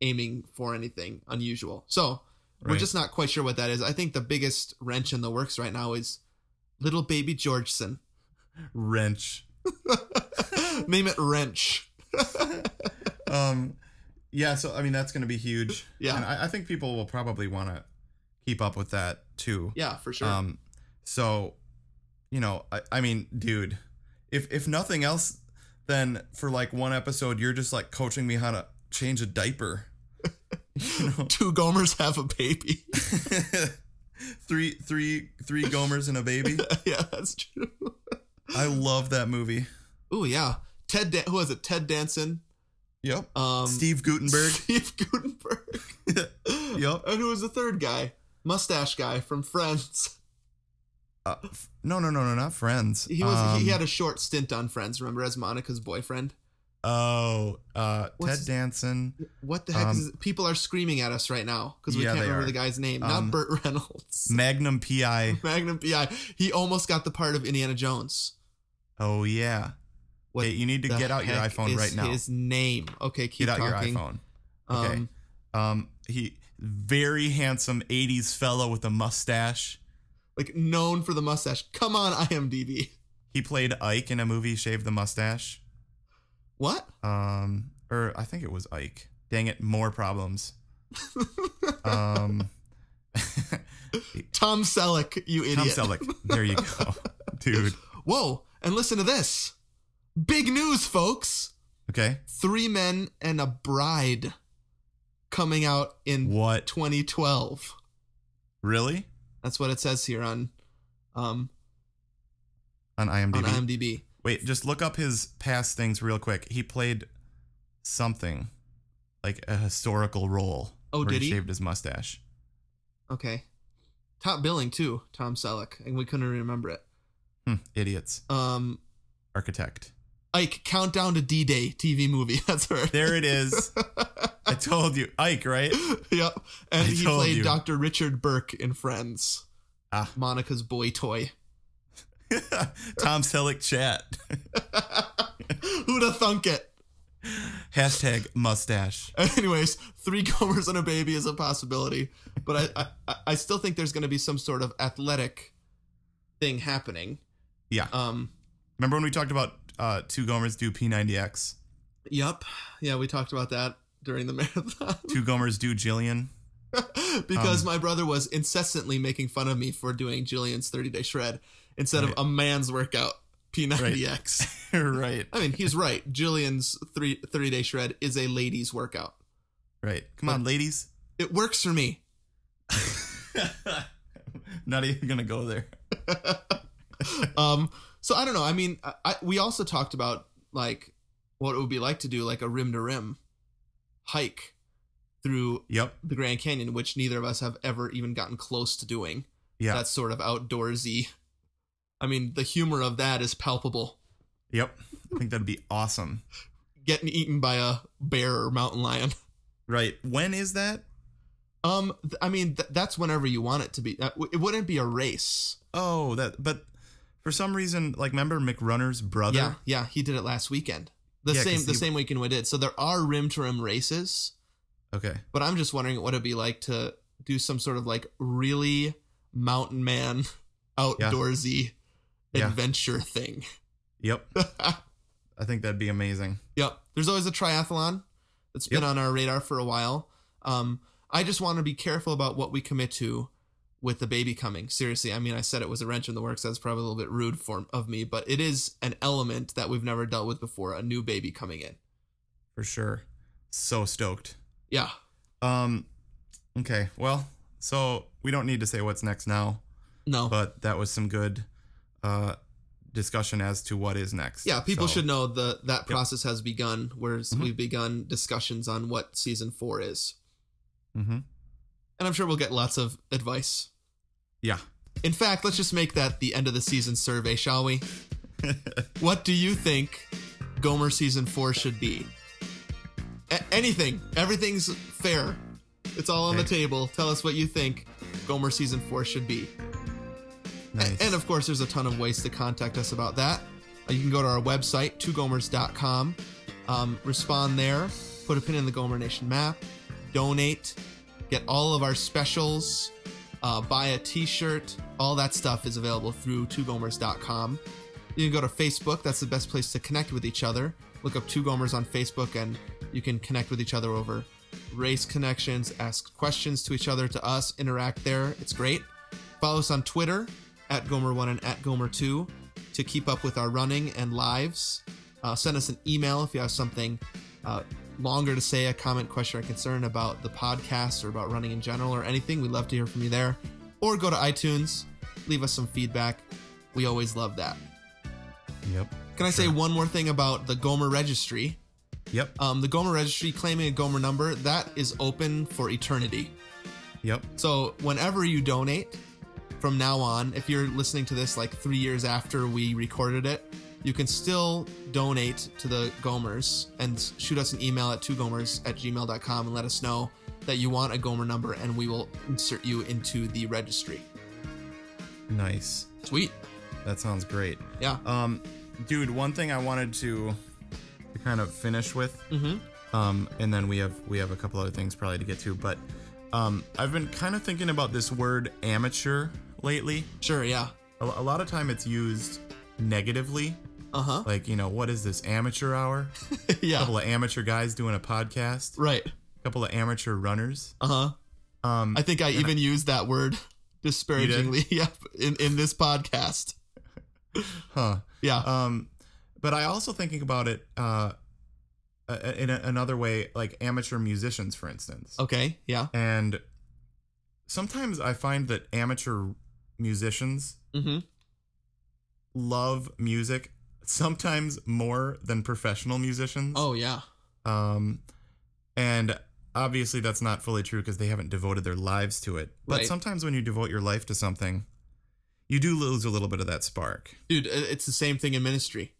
Speaker 2: aiming for anything unusual so we're
Speaker 1: Right.
Speaker 2: just not quite sure what that is i think the biggest wrench in the works right now is little baby georgeson
Speaker 1: Wrench.
Speaker 2: name it wrench
Speaker 1: Um, yeah. So, I mean, that's going to be huge.
Speaker 2: Yeah.
Speaker 1: And I, I think people will probably want to keep up with that too.
Speaker 2: yeah for sure
Speaker 1: Um, so, you know, I, I mean, dude, if if nothing else, then for like one episode, you're just like coaching me how to change a diaper. You know,
Speaker 2: two gomers have a baby
Speaker 1: three three three gomers and a baby.
Speaker 2: yeah that's true
Speaker 1: I love that movie.
Speaker 2: Oh yeah, Ted, Dan- who was it? Ted Danson,
Speaker 1: Yep.
Speaker 2: um,
Speaker 1: Steve Gutenberg.
Speaker 2: Steve Gutenberg,
Speaker 1: yep.
Speaker 2: and who was the third guy? Mustache guy from Friends.
Speaker 1: Uh, f- no, no, no, no, not friends.
Speaker 2: He was. he
Speaker 1: Um,
Speaker 2: had a short stint on Friends. Remember, as Monica's boyfriend.
Speaker 1: Oh, uh,
Speaker 2: What's
Speaker 1: Ted
Speaker 2: his-
Speaker 1: Danson.
Speaker 2: What the heck?
Speaker 1: Um,
Speaker 2: is, people are screaming at us right now because we
Speaker 1: Yeah,
Speaker 2: can't
Speaker 1: they
Speaker 2: remember
Speaker 1: are.
Speaker 2: the guy's name.
Speaker 1: Um,
Speaker 2: Not Burt Reynolds.
Speaker 1: Magnum PI.
Speaker 2: Magnum PI. He almost got the part of Indiana Jones.
Speaker 1: Oh yeah.
Speaker 2: What
Speaker 1: Hey, you need to
Speaker 2: the
Speaker 1: get out your
Speaker 2: heck
Speaker 1: iPhone
Speaker 2: is
Speaker 1: right now.
Speaker 2: His name. Okay, keep
Speaker 1: Get out
Speaker 2: talking.
Speaker 1: your iPhone. Okay.
Speaker 2: Um,
Speaker 1: Um, he very handsome '80s fellow with a mustache.
Speaker 2: like known for the mustache. Come on, IMDb.
Speaker 1: He played Ike in a movie, shaved the mustache.
Speaker 2: What?
Speaker 1: Um, or I think it was Ike. Dang it, more problems. um,
Speaker 2: Tom Selleck, you idiot.
Speaker 1: Tom Selleck. There you go, dude.
Speaker 2: Whoa, and listen to this. Big news, folks.
Speaker 1: Okay,
Speaker 2: Three men and a bride coming out in
Speaker 1: what
Speaker 2: 2012.
Speaker 1: really
Speaker 2: That's what it says here on um
Speaker 1: on IMDb?
Speaker 2: on IMDb.
Speaker 1: Wait, just look up his past things real quick. He played something like a historical role.
Speaker 2: Oh,
Speaker 1: where
Speaker 2: did he?
Speaker 1: Shaved his mustache.
Speaker 2: Okay. Top billing too, Tom Selleck, and we couldn't remember it.
Speaker 1: Hmm, idiots.
Speaker 2: Um
Speaker 1: Architect.
Speaker 2: Ike, Countdown to D Day TV movie. That's her.
Speaker 1: There it is. I told you, Ike. Right?
Speaker 2: yep. And
Speaker 1: I
Speaker 2: he
Speaker 1: told
Speaker 2: played
Speaker 1: you.
Speaker 2: Dr. Richard Burke in Friends.
Speaker 1: Ah.
Speaker 2: Monica's boy toy.
Speaker 1: Tom Selleck chat.
Speaker 2: Who'da thunk it?
Speaker 1: Hashtag mustache.
Speaker 2: Anyways, three Gomers and a baby is a possibility, but I I, I still think there's going to be some sort of athletic thing happening.
Speaker 1: Yeah.
Speaker 2: Um.
Speaker 1: Remember when we talked about uh, two Gomers do P90X?
Speaker 2: Yep. Yeah, we talked about that during the marathon
Speaker 1: Two Gomers do Jillian?
Speaker 2: because
Speaker 1: Um,
Speaker 2: my brother was incessantly making fun of me for doing Jillian's 30 day shred instead
Speaker 1: Right.
Speaker 2: of a man's workout P90X.
Speaker 1: right.
Speaker 2: I mean, he's right. Jillian's three, 30 day shred is a ladies' workout.
Speaker 1: Right. Come on, ladies.
Speaker 2: It works for me.
Speaker 1: Not even gonna go there.
Speaker 2: Um, so I don't know. I mean, I, I, we also talked about like what it would be like to do like a rim to rim hike through
Speaker 1: Yep.
Speaker 2: the Grand Canyon, which neither of us have ever even gotten close to doing.
Speaker 1: Yeah.
Speaker 2: That's sort of outdoorsy. I mean, the humor of that is palpable.
Speaker 1: Yep. I think that'd be awesome.
Speaker 2: Getting eaten by a bear or mountain lion.
Speaker 1: Right. When is that?
Speaker 2: Um, th- I mean, th- that's whenever you want it to be. Uh, w- It wouldn't be a race.
Speaker 1: Oh, that. But for some reason, like, remember McRunner's brother?
Speaker 2: Yeah, yeah, he did it last weekend. The
Speaker 1: Yeah,
Speaker 2: same
Speaker 1: 'cause
Speaker 2: the
Speaker 1: he-
Speaker 2: same weekend we did. So there are rim to rim races,
Speaker 1: Okay.
Speaker 2: but I'm just wondering what it'd be like to do some sort of like really mountain man outdoorsy
Speaker 1: Yeah.
Speaker 2: adventure thing.
Speaker 1: Yep. I think that'd be amazing.
Speaker 2: Yep. There's always a triathlon that's been
Speaker 1: Yep.
Speaker 2: on our radar for a while. Um, I just want to be careful about what we commit to with the baby coming. Seriously, I mean, I said it was a wrench in the works. That's probably a little bit rude for of me, but it is an element that we've never dealt with before. A new baby coming in.
Speaker 1: For sure. So stoked.
Speaker 2: Yeah.
Speaker 1: Um, okay. Well, so we don't need to say what's next now.
Speaker 2: No.
Speaker 1: but that was some good uh, discussion as to what is next.
Speaker 2: yeah, people
Speaker 1: So, Mm-hmm.
Speaker 2: should know the that process has begun. Whereas we've begun discussions on what season four is,
Speaker 1: mhm.
Speaker 2: and I'm sure we'll get lots of advice.
Speaker 1: Yeah,
Speaker 2: In fact, let's just make that the end of the season survey, shall we? what do you think Gomer season four should be? A- anything. Everything's fair. It's all on the
Speaker 1: Okay.
Speaker 2: table. Tell us what you think Gomer season four should be. A-
Speaker 1: nice.
Speaker 2: And of course, there's a ton of ways to contact us about that. Uh, You can go to our website, twogomers.com, um, respond there, put a pin in the Gomer Nation map, donate, get all of our specials, uh, buy a t shirt. All that stuff is available through twogomers.com. You can go to Facebook, that's the best place to connect with each other. Look up Two Gomers on Facebook, and you can connect with each other over race connections, ask questions to each other, to us, interact there. It's great. Follow us on Twitter at Gomer1 and at Gomer2 to keep up with our running and lives. Uh, send us an email if you have something uh, longer to say, a comment, question, or concern about the podcast or about running in general or anything. We'd love to hear from you there. Or go to iTunes, leave us some feedback. We always love that.
Speaker 1: yep.
Speaker 2: Can I say one more thing about the Gomer Registry?
Speaker 1: Yep.
Speaker 2: Um, the Gomer Registry claiming a Gomer number that is open for eternity.
Speaker 1: Yep.
Speaker 2: So whenever you donate, from now on, if you're listening to this like three years after we recorded it, you can still donate to the Gomers and s- shoot us an email at two gomers at gmail.com and let us know that you want a Gomer number and we will insert you into the registry.
Speaker 1: Nice.
Speaker 2: Sweet. Uh,
Speaker 1: That sounds great.
Speaker 2: Yeah.
Speaker 1: Um, dude, one thing I wanted to to kind of finish with, mm-hmm. um, and then we have we have a couple other things probably to get to, but um, I've been kind of thinking about this word amateur lately.
Speaker 2: Sure. Yeah.
Speaker 1: A, a lot of time it's used negatively,
Speaker 2: Uh huh.
Speaker 1: like you know, what is this amateur hour? A
Speaker 2: yeah.
Speaker 1: couple of amateur guys doing a podcast, a
Speaker 2: Right.
Speaker 1: couple of amateur runners.
Speaker 2: Uh huh.
Speaker 1: Um,
Speaker 2: I think I even used that word disparagingly. Yep. In in this podcast.
Speaker 1: huh.
Speaker 2: Yeah.
Speaker 1: Um, but I also thinking about it uh, uh, in a, another way, like amateur musicians, for instance.
Speaker 2: okay. Yeah.
Speaker 1: And sometimes I find that amateur musicians
Speaker 2: Mm-hmm.
Speaker 1: love music sometimes more than professional musicians.
Speaker 2: Oh yeah.
Speaker 1: Um, and obviously that's not fully true because they haven't devoted their lives to it. But
Speaker 2: Right.
Speaker 1: sometimes when you devote your life to something, you do lose a little bit of that spark.
Speaker 2: Dude, i- it's the same thing in ministry.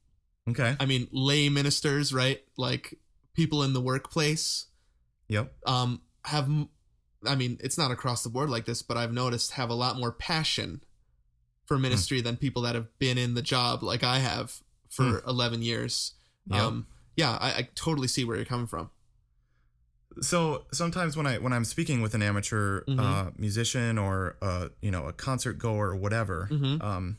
Speaker 1: Okay.
Speaker 2: I mean, lay ministers, right? Like people in the workplace
Speaker 1: Yep.
Speaker 2: um have m- I mean, it's not across the board like this, but I've noticed have a lot more passion for
Speaker 1: Hmm.
Speaker 2: ministry than people that have been in the job like I have for 11 years.
Speaker 1: Hmm. Yeah.
Speaker 2: Um yeah, I, I totally see where you're coming from.
Speaker 1: so sometimes when I when I'm speaking with an amateur uh,
Speaker 2: Mhm.
Speaker 1: musician or uh, you know a concert goer or whatever,
Speaker 2: Mhm.
Speaker 1: um,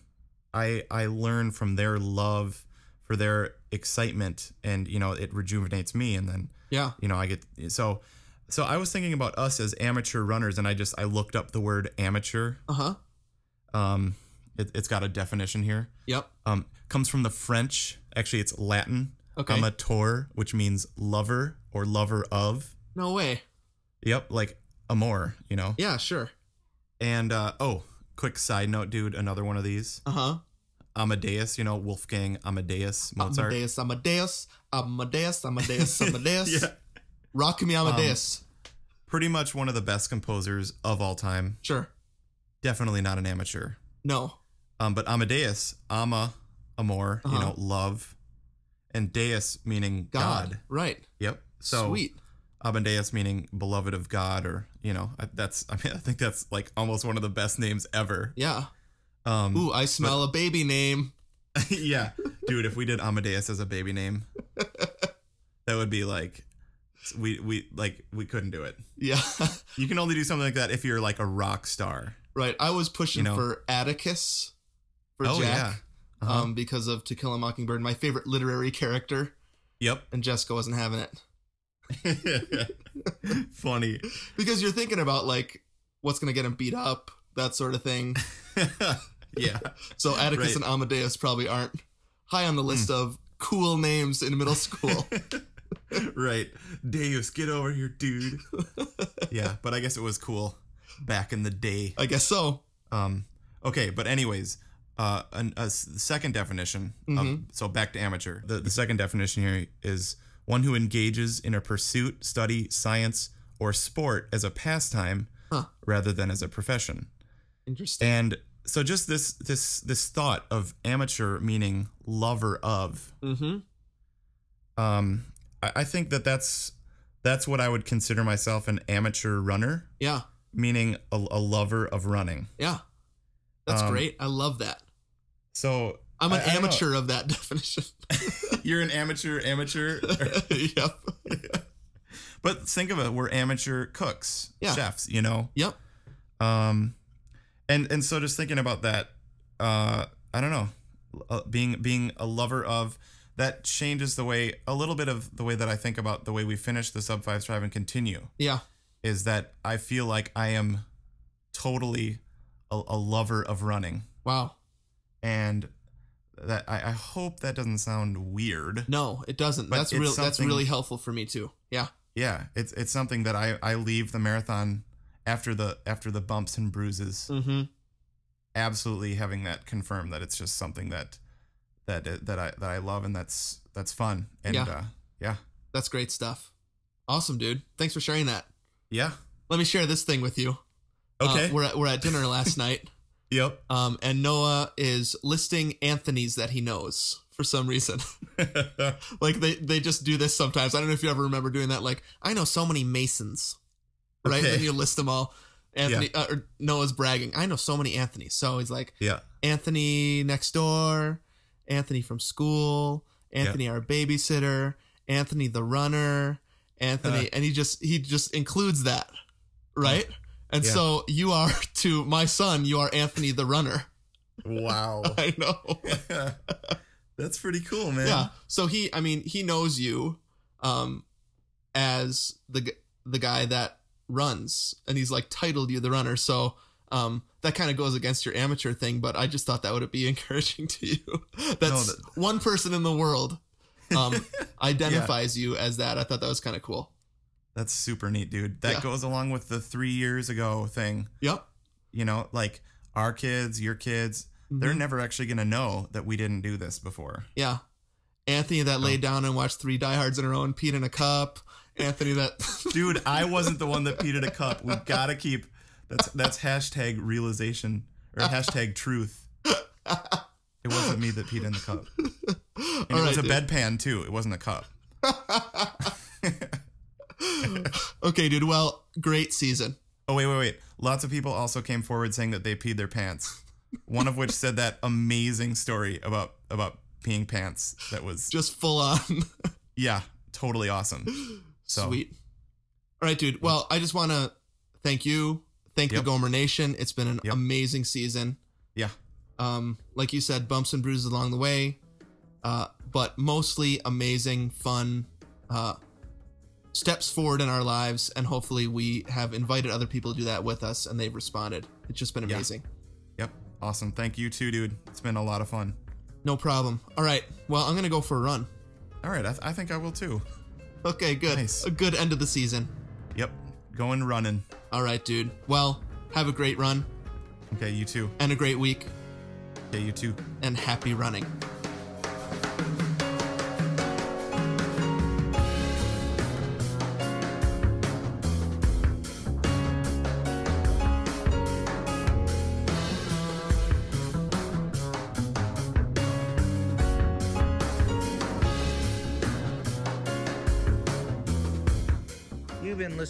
Speaker 1: I I learn from their love for their excitement, and you know it rejuvenates me, and then
Speaker 2: Yeah.
Speaker 1: you know I get so so I was thinking about us as amateur runners, and I just I looked up the word amateur.
Speaker 2: Uh-huh.
Speaker 1: Um, it, it's got a definition here.
Speaker 2: Yep.
Speaker 1: Um, comes from the French. Actually, it's Latin.
Speaker 2: Okay.
Speaker 1: Amateur, which means lover or lover of.
Speaker 2: no way.
Speaker 1: Yep, like Amor, you know.
Speaker 2: Yeah, sure.
Speaker 1: And uh, oh, quick side note, dude, another one of these.
Speaker 2: Uh-huh.
Speaker 1: Amadeus, you know, Wolfgang Amadeus Mozart.
Speaker 2: Amadeus, Amadeus, Amadeus, Amadeus, Amadeus.
Speaker 1: Yeah. Um,
Speaker 2: Rock me Amadeus.
Speaker 1: Pretty much one of the best composers of all time.
Speaker 2: sure.
Speaker 1: Definitely not an amateur.
Speaker 2: No.
Speaker 1: Um, but Amadeus, Ama, Amor, you
Speaker 2: Uh-huh.
Speaker 1: know, love, and Deus meaning
Speaker 2: God.
Speaker 1: God.
Speaker 2: Right.
Speaker 1: Yep. So
Speaker 2: Sweet.
Speaker 1: Amadeus meaning beloved of God, or you know, I- that's. I mean, I think that's like almost one of the best names ever.
Speaker 2: Yeah.
Speaker 1: Um,
Speaker 2: Ooh, I smell a baby name.
Speaker 1: yeah, dude. If we did Amadeus as a baby name, that would be like, we we like we couldn't do it.
Speaker 2: Yeah.
Speaker 1: You can only do something like that if you're like a rock star.
Speaker 2: right. I was pushing
Speaker 1: You know.
Speaker 2: for Atticus for
Speaker 1: Oh,
Speaker 2: Jack
Speaker 1: yeah. Uh-huh.
Speaker 2: um, because of To Kill a Mockingbird, my favorite literary character,
Speaker 1: Yep.
Speaker 2: and Jessica wasn't having it.
Speaker 1: Funny.
Speaker 2: Because you're thinking about, like, what's going to get him beat up, that sort of thing.
Speaker 1: yeah.
Speaker 2: So
Speaker 1: Right.
Speaker 2: Atticus
Speaker 1: Hmm.
Speaker 2: and Amadeus probably aren't high on the list of cool names in middle school.
Speaker 1: Right. Deus, get over here, dude. yeah, but I guess it was cool back in the day.
Speaker 2: I guess so.
Speaker 1: Um, okay, but anyways, uh, an, a s- second definition. Of, so back to amateur. The, the second definition here is one who engages in a pursuit, study, science, or sport as a pastime
Speaker 2: Huh.
Speaker 1: rather than as a profession.
Speaker 2: Interesting.
Speaker 1: And so just this this this thought of amateur meaning lover of
Speaker 2: Mm-hmm.
Speaker 1: um, I, I think that that's that's what I would consider myself an amateur runner,
Speaker 2: Yeah.
Speaker 1: meaning a, a lover of running.
Speaker 2: Yeah. That's
Speaker 1: Um,
Speaker 2: great. I love that.
Speaker 1: So
Speaker 2: I'm an
Speaker 1: I- I don't know.
Speaker 2: amateur of that definition.
Speaker 1: You're an amateur amateur,
Speaker 2: yep.
Speaker 1: but think of it: we're amateur cooks,
Speaker 2: Yeah.
Speaker 1: chefs. You know,
Speaker 2: Yep.
Speaker 1: um, and and so just thinking about that, uh, I don't know, uh, being being a lover of that changes the way a little bit of the way that I think about the way we finish the sub five strive and continue.
Speaker 2: Yeah.
Speaker 1: is that I feel like I am totally a, a lover of running,
Speaker 2: Wow.
Speaker 1: and that I, I hope that doesn't sound weird.
Speaker 2: No, it doesn't.
Speaker 1: But
Speaker 2: that's
Speaker 1: it's
Speaker 2: real. That's
Speaker 1: something-
Speaker 2: really helpful for me too. Yeah.
Speaker 1: Yeah, it's it's something that I I leave the marathon after the after the bumps and bruises,
Speaker 2: Mm-hmm.
Speaker 1: absolutely having that confirmed that it's just something that that uh, that I that I love and that's that's fun and
Speaker 2: Yeah.
Speaker 1: yeah. uh yeah.
Speaker 2: That's great stuff. Awesome, dude. Thanks for sharing that.
Speaker 1: Yeah.
Speaker 2: Let me share this thing with you. Uh,
Speaker 1: Okay.
Speaker 2: we're at, we're at dinner last night,
Speaker 1: yep.
Speaker 2: um, and Noah is listing Anthony's that he knows for some reason. like they they just do this sometimes. I don't know if you ever remember doing that. Like I know so many Masons, right?
Speaker 1: Okay.
Speaker 2: Then you list them all. Anthony uh, or Noah's bragging. I know so many Anthony's. So he's like
Speaker 1: yeah.
Speaker 2: Anthony next door, Anthony from school, Anthony our babysitter, Anthony the runner, Anthony, and he just he just includes that, right? And
Speaker 1: Uh. Yeah.
Speaker 2: so you are to my son, you are Anthony the runner.
Speaker 1: Wow.
Speaker 2: I know.
Speaker 1: that's pretty cool, man.
Speaker 2: Yeah. So he, I mean, he knows you um, as the g- the guy that runs, and he's like titled you the runner. So um, that kind of goes against your amateur thing, but I just thought that would be encouraging to you. That's
Speaker 1: that-
Speaker 2: one person in the world um, identifies you as that. I thought that was kind of cool.
Speaker 1: That's super neat, dude. That
Speaker 2: Yeah.
Speaker 1: goes along with the 3 years ago thing.
Speaker 2: Yep.
Speaker 1: You know, like our kids, your kids, they're
Speaker 2: Mhm.
Speaker 1: never actually going to know that we didn't do this before.
Speaker 2: Yeah. Anthony that laid down and watched three diehards in a row and peed in a cup. Anthony that
Speaker 1: Dude, I wasn't the one that peed in a cup. We got to keep that's that's hashtag realization or hashtag truth. It wasn't me that peed in the cup. And
Speaker 2: All
Speaker 1: it was
Speaker 2: right,
Speaker 1: a
Speaker 2: dude.
Speaker 1: bedpan too. It wasn't a cup.
Speaker 2: okay, dude. Well, great season.
Speaker 1: Oh wait, wait, wait. Lots of people also came forward saying that they peed their pants. One of which said that amazing story about about peeing pants that was
Speaker 2: Just full on.
Speaker 1: yeah, totally awesome. So
Speaker 2: Sweet. All right, dude. Well, I just want to thank you. Thank
Speaker 1: Yep.
Speaker 2: the Gomer Nation. It's been an
Speaker 1: Yep.
Speaker 2: amazing season.
Speaker 1: yeah.
Speaker 2: Um, like you said, bumps and bruises along the way, uh, but mostly amazing, fun uh, steps forward in our lives. And hopefully, we have invited other people to do that with us and they've responded. It's just been
Speaker 1: Yeah.
Speaker 2: amazing.
Speaker 1: Yep. Awesome. Thank you too, dude. It's been a lot of fun.
Speaker 2: No problem. All right. Well, I'm going to go for a run.
Speaker 1: All right, I, th- I think I will too.
Speaker 2: Okay, good.
Speaker 1: Nice.
Speaker 2: A good end of the season.
Speaker 1: Yep. Going running.
Speaker 2: All right, dude. Well, have a great run
Speaker 1: Okay, you too.
Speaker 2: and a great week
Speaker 1: Okay, you too.
Speaker 2: and happy running.
Speaker 5: You've been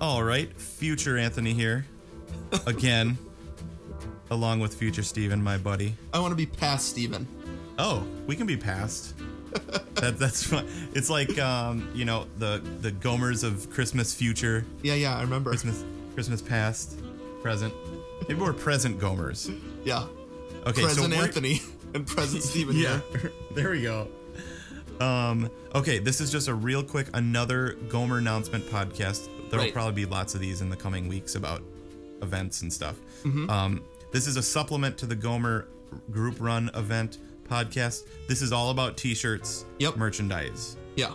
Speaker 1: All right, future Anthony here again, along with future Steven, my buddy.
Speaker 2: I want to be past Steven.
Speaker 1: Oh, we can be passed. that, that's fun. It's like um, you know the the Gomers of Christmas future,
Speaker 2: Yeah, yeah, I remember.
Speaker 1: Christmas Christmas past, present. Maybe we're present Gomers.
Speaker 2: Yeah.
Speaker 1: Okay,
Speaker 2: President
Speaker 1: so we're-
Speaker 2: Anthony and President Steven.
Speaker 1: yeah,
Speaker 2: here.
Speaker 1: there we go. Um, okay, this is just a real quick another Gomer announcement podcast. There will
Speaker 2: Right.
Speaker 1: probably be lots of these in the coming weeks about events and stuff.
Speaker 2: Mm-hmm.
Speaker 1: Um, this is a supplement to the Gomer Group Run event podcast. This is all about t-shirts,
Speaker 2: Yep.
Speaker 1: merchandise.
Speaker 2: Yeah.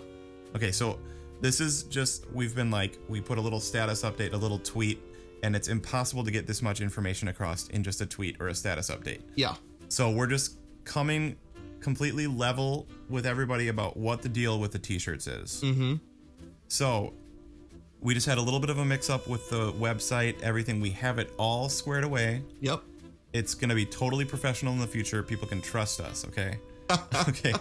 Speaker 1: Okay, so this is just we've been like we put a little status update, a little tweet, and it's impossible to get this much information across in just a tweet or a status update.
Speaker 2: Yeah.
Speaker 1: So we're just coming completely level with everybody about what the deal with the t-shirts is. Mm-hmm. So we just had a little bit of a mix-up with the website, everything. We have it all squared away.
Speaker 2: Yep.
Speaker 1: It's gonna be totally professional in the future. People can trust us. Okay. okay.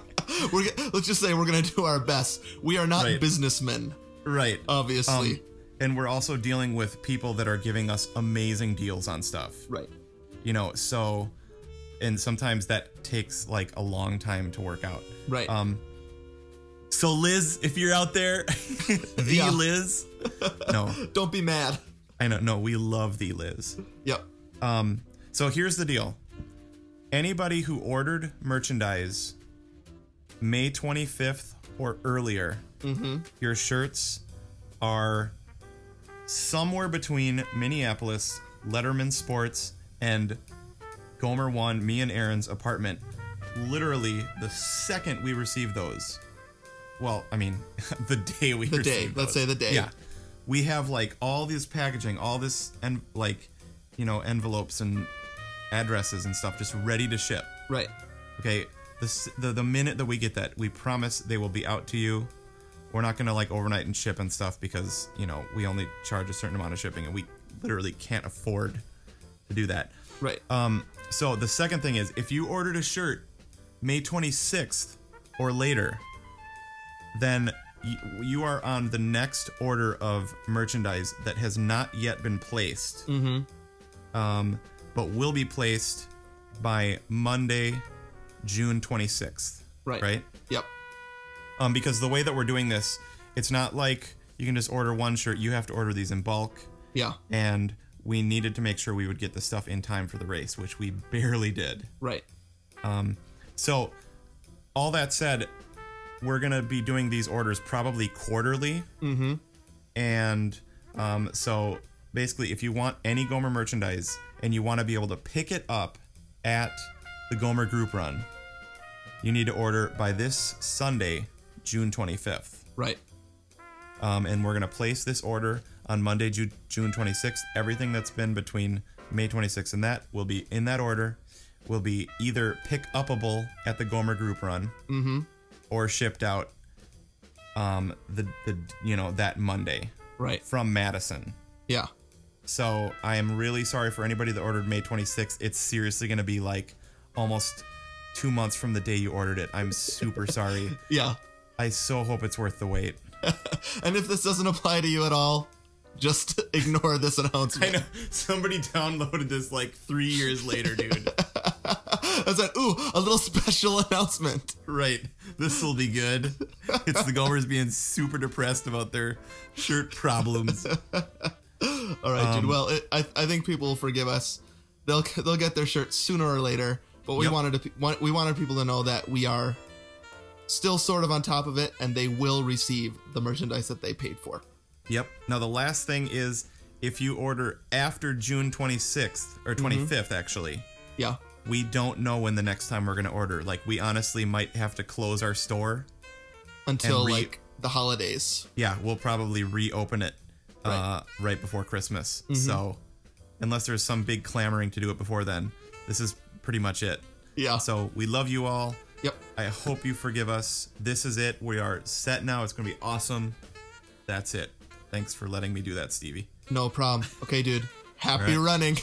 Speaker 2: We're g- let's just say we're gonna do our best. We are not
Speaker 1: Right.
Speaker 2: businessmen,
Speaker 1: Right.
Speaker 2: obviously.
Speaker 1: Um, and we're also dealing with people that are giving us amazing deals on stuff.
Speaker 2: right.
Speaker 1: You know, so and sometimes that takes like a long time to work out.
Speaker 2: Right.
Speaker 1: Um So Liz, if you're out there, the
Speaker 2: Yeah.
Speaker 1: Liz. No,
Speaker 2: Don't be mad.
Speaker 1: I know no, we love thee Liz.
Speaker 2: Yep.
Speaker 1: Um So here's the deal. Anybody who ordered merchandise May 25th or earlier,
Speaker 2: Mm-hmm.
Speaker 1: your shirts are somewhere between Minneapolis, Letterman Sports, and Gomer One, me and Aaron's apartment. Literally the second we received those. Well, I mean, the day we
Speaker 2: The day.
Speaker 1: received
Speaker 2: Let's
Speaker 1: those.
Speaker 2: say the day.
Speaker 1: Yeah. We have like all this packaging, all this and like, you know, envelopes and addresses and stuff just ready to ship.
Speaker 2: Right.
Speaker 1: Okay, the, s- the the minute that we get that, we promise they will be out to you. We're not gonna like overnight and ship and stuff because you know we only charge a certain amount of shipping and we literally can't afford to do that.
Speaker 2: Right.
Speaker 1: Um, so the second thing is if you ordered a shirt May 26th or later, then y- you are on the next order of merchandise that has not yet been placed. Mm-hmm. Um, but will be placed by Monday, June 26th.
Speaker 2: right.
Speaker 1: Right?
Speaker 2: Yep.
Speaker 1: Um, because the way that we're doing this, it's not like you can just order one shirt. You have to order these in bulk.
Speaker 2: Yeah.
Speaker 1: And we needed to make sure we would get the stuff in time for the race, which we barely did.
Speaker 2: Right.
Speaker 1: So, all that said, we're gonna be doing these orders probably quarterly. Mm-hmm. And um, so, basically, if you want any Gomer merchandise and you want to be able to pick it up at the Gomer Group Run, you need to order by this Sunday, June 25th.
Speaker 2: Right.
Speaker 1: Um, and we're gonna place this order on Monday, Ju- June 26th. Everything that's been between May 26th and that will be in that order. Will be either pick upable at the Gomer Group Run, or shipped out um, the the you know that Monday
Speaker 2: Right.
Speaker 1: from Madison.
Speaker 2: Yeah.
Speaker 1: So I am really sorry for anybody that ordered May 26th. It's seriously gonna be like almost two months from the day you ordered it. I'm super sorry.
Speaker 2: Yeah.
Speaker 1: I so hope it's worth the wait.
Speaker 2: And if this doesn't apply to you at all, just ignore this announcement.
Speaker 1: I know somebody downloaded this like three years later, dude.
Speaker 2: I said, ooh, a little special announcement.
Speaker 1: right, this will be good. It's the Gomers being super depressed about their shirt problems.
Speaker 2: All right,
Speaker 1: Um,
Speaker 2: dude. Well, it, I, I think people will forgive us. They'll they'll get their shirt sooner or later. But we
Speaker 1: Yep.
Speaker 2: wanted to pe- want, we wanted people to know that we are still sort of on top of it, and they will receive the merchandise that they paid for.
Speaker 1: Yep. Now the last thing is if you order after June 26th or 25th, actually,
Speaker 2: Yeah.
Speaker 1: we don't know when the next time we're gonna order. Like we honestly might have to close our store.
Speaker 2: Until
Speaker 1: And re-
Speaker 2: like the holidays.
Speaker 1: Yeah, we'll probably reopen it right, uh,
Speaker 2: Right.
Speaker 1: right before Christmas. So unless there's some big clamoring to do it before then, this is pretty much it.
Speaker 2: Yeah.
Speaker 1: So we love you all.
Speaker 2: Yep.
Speaker 1: I hope you forgive us. This is it. We are set now. It's going to be awesome. That's it. Thanks for letting me do that, Stevie.
Speaker 2: No problem. Okay, dude. Happy
Speaker 1: All right.
Speaker 2: running.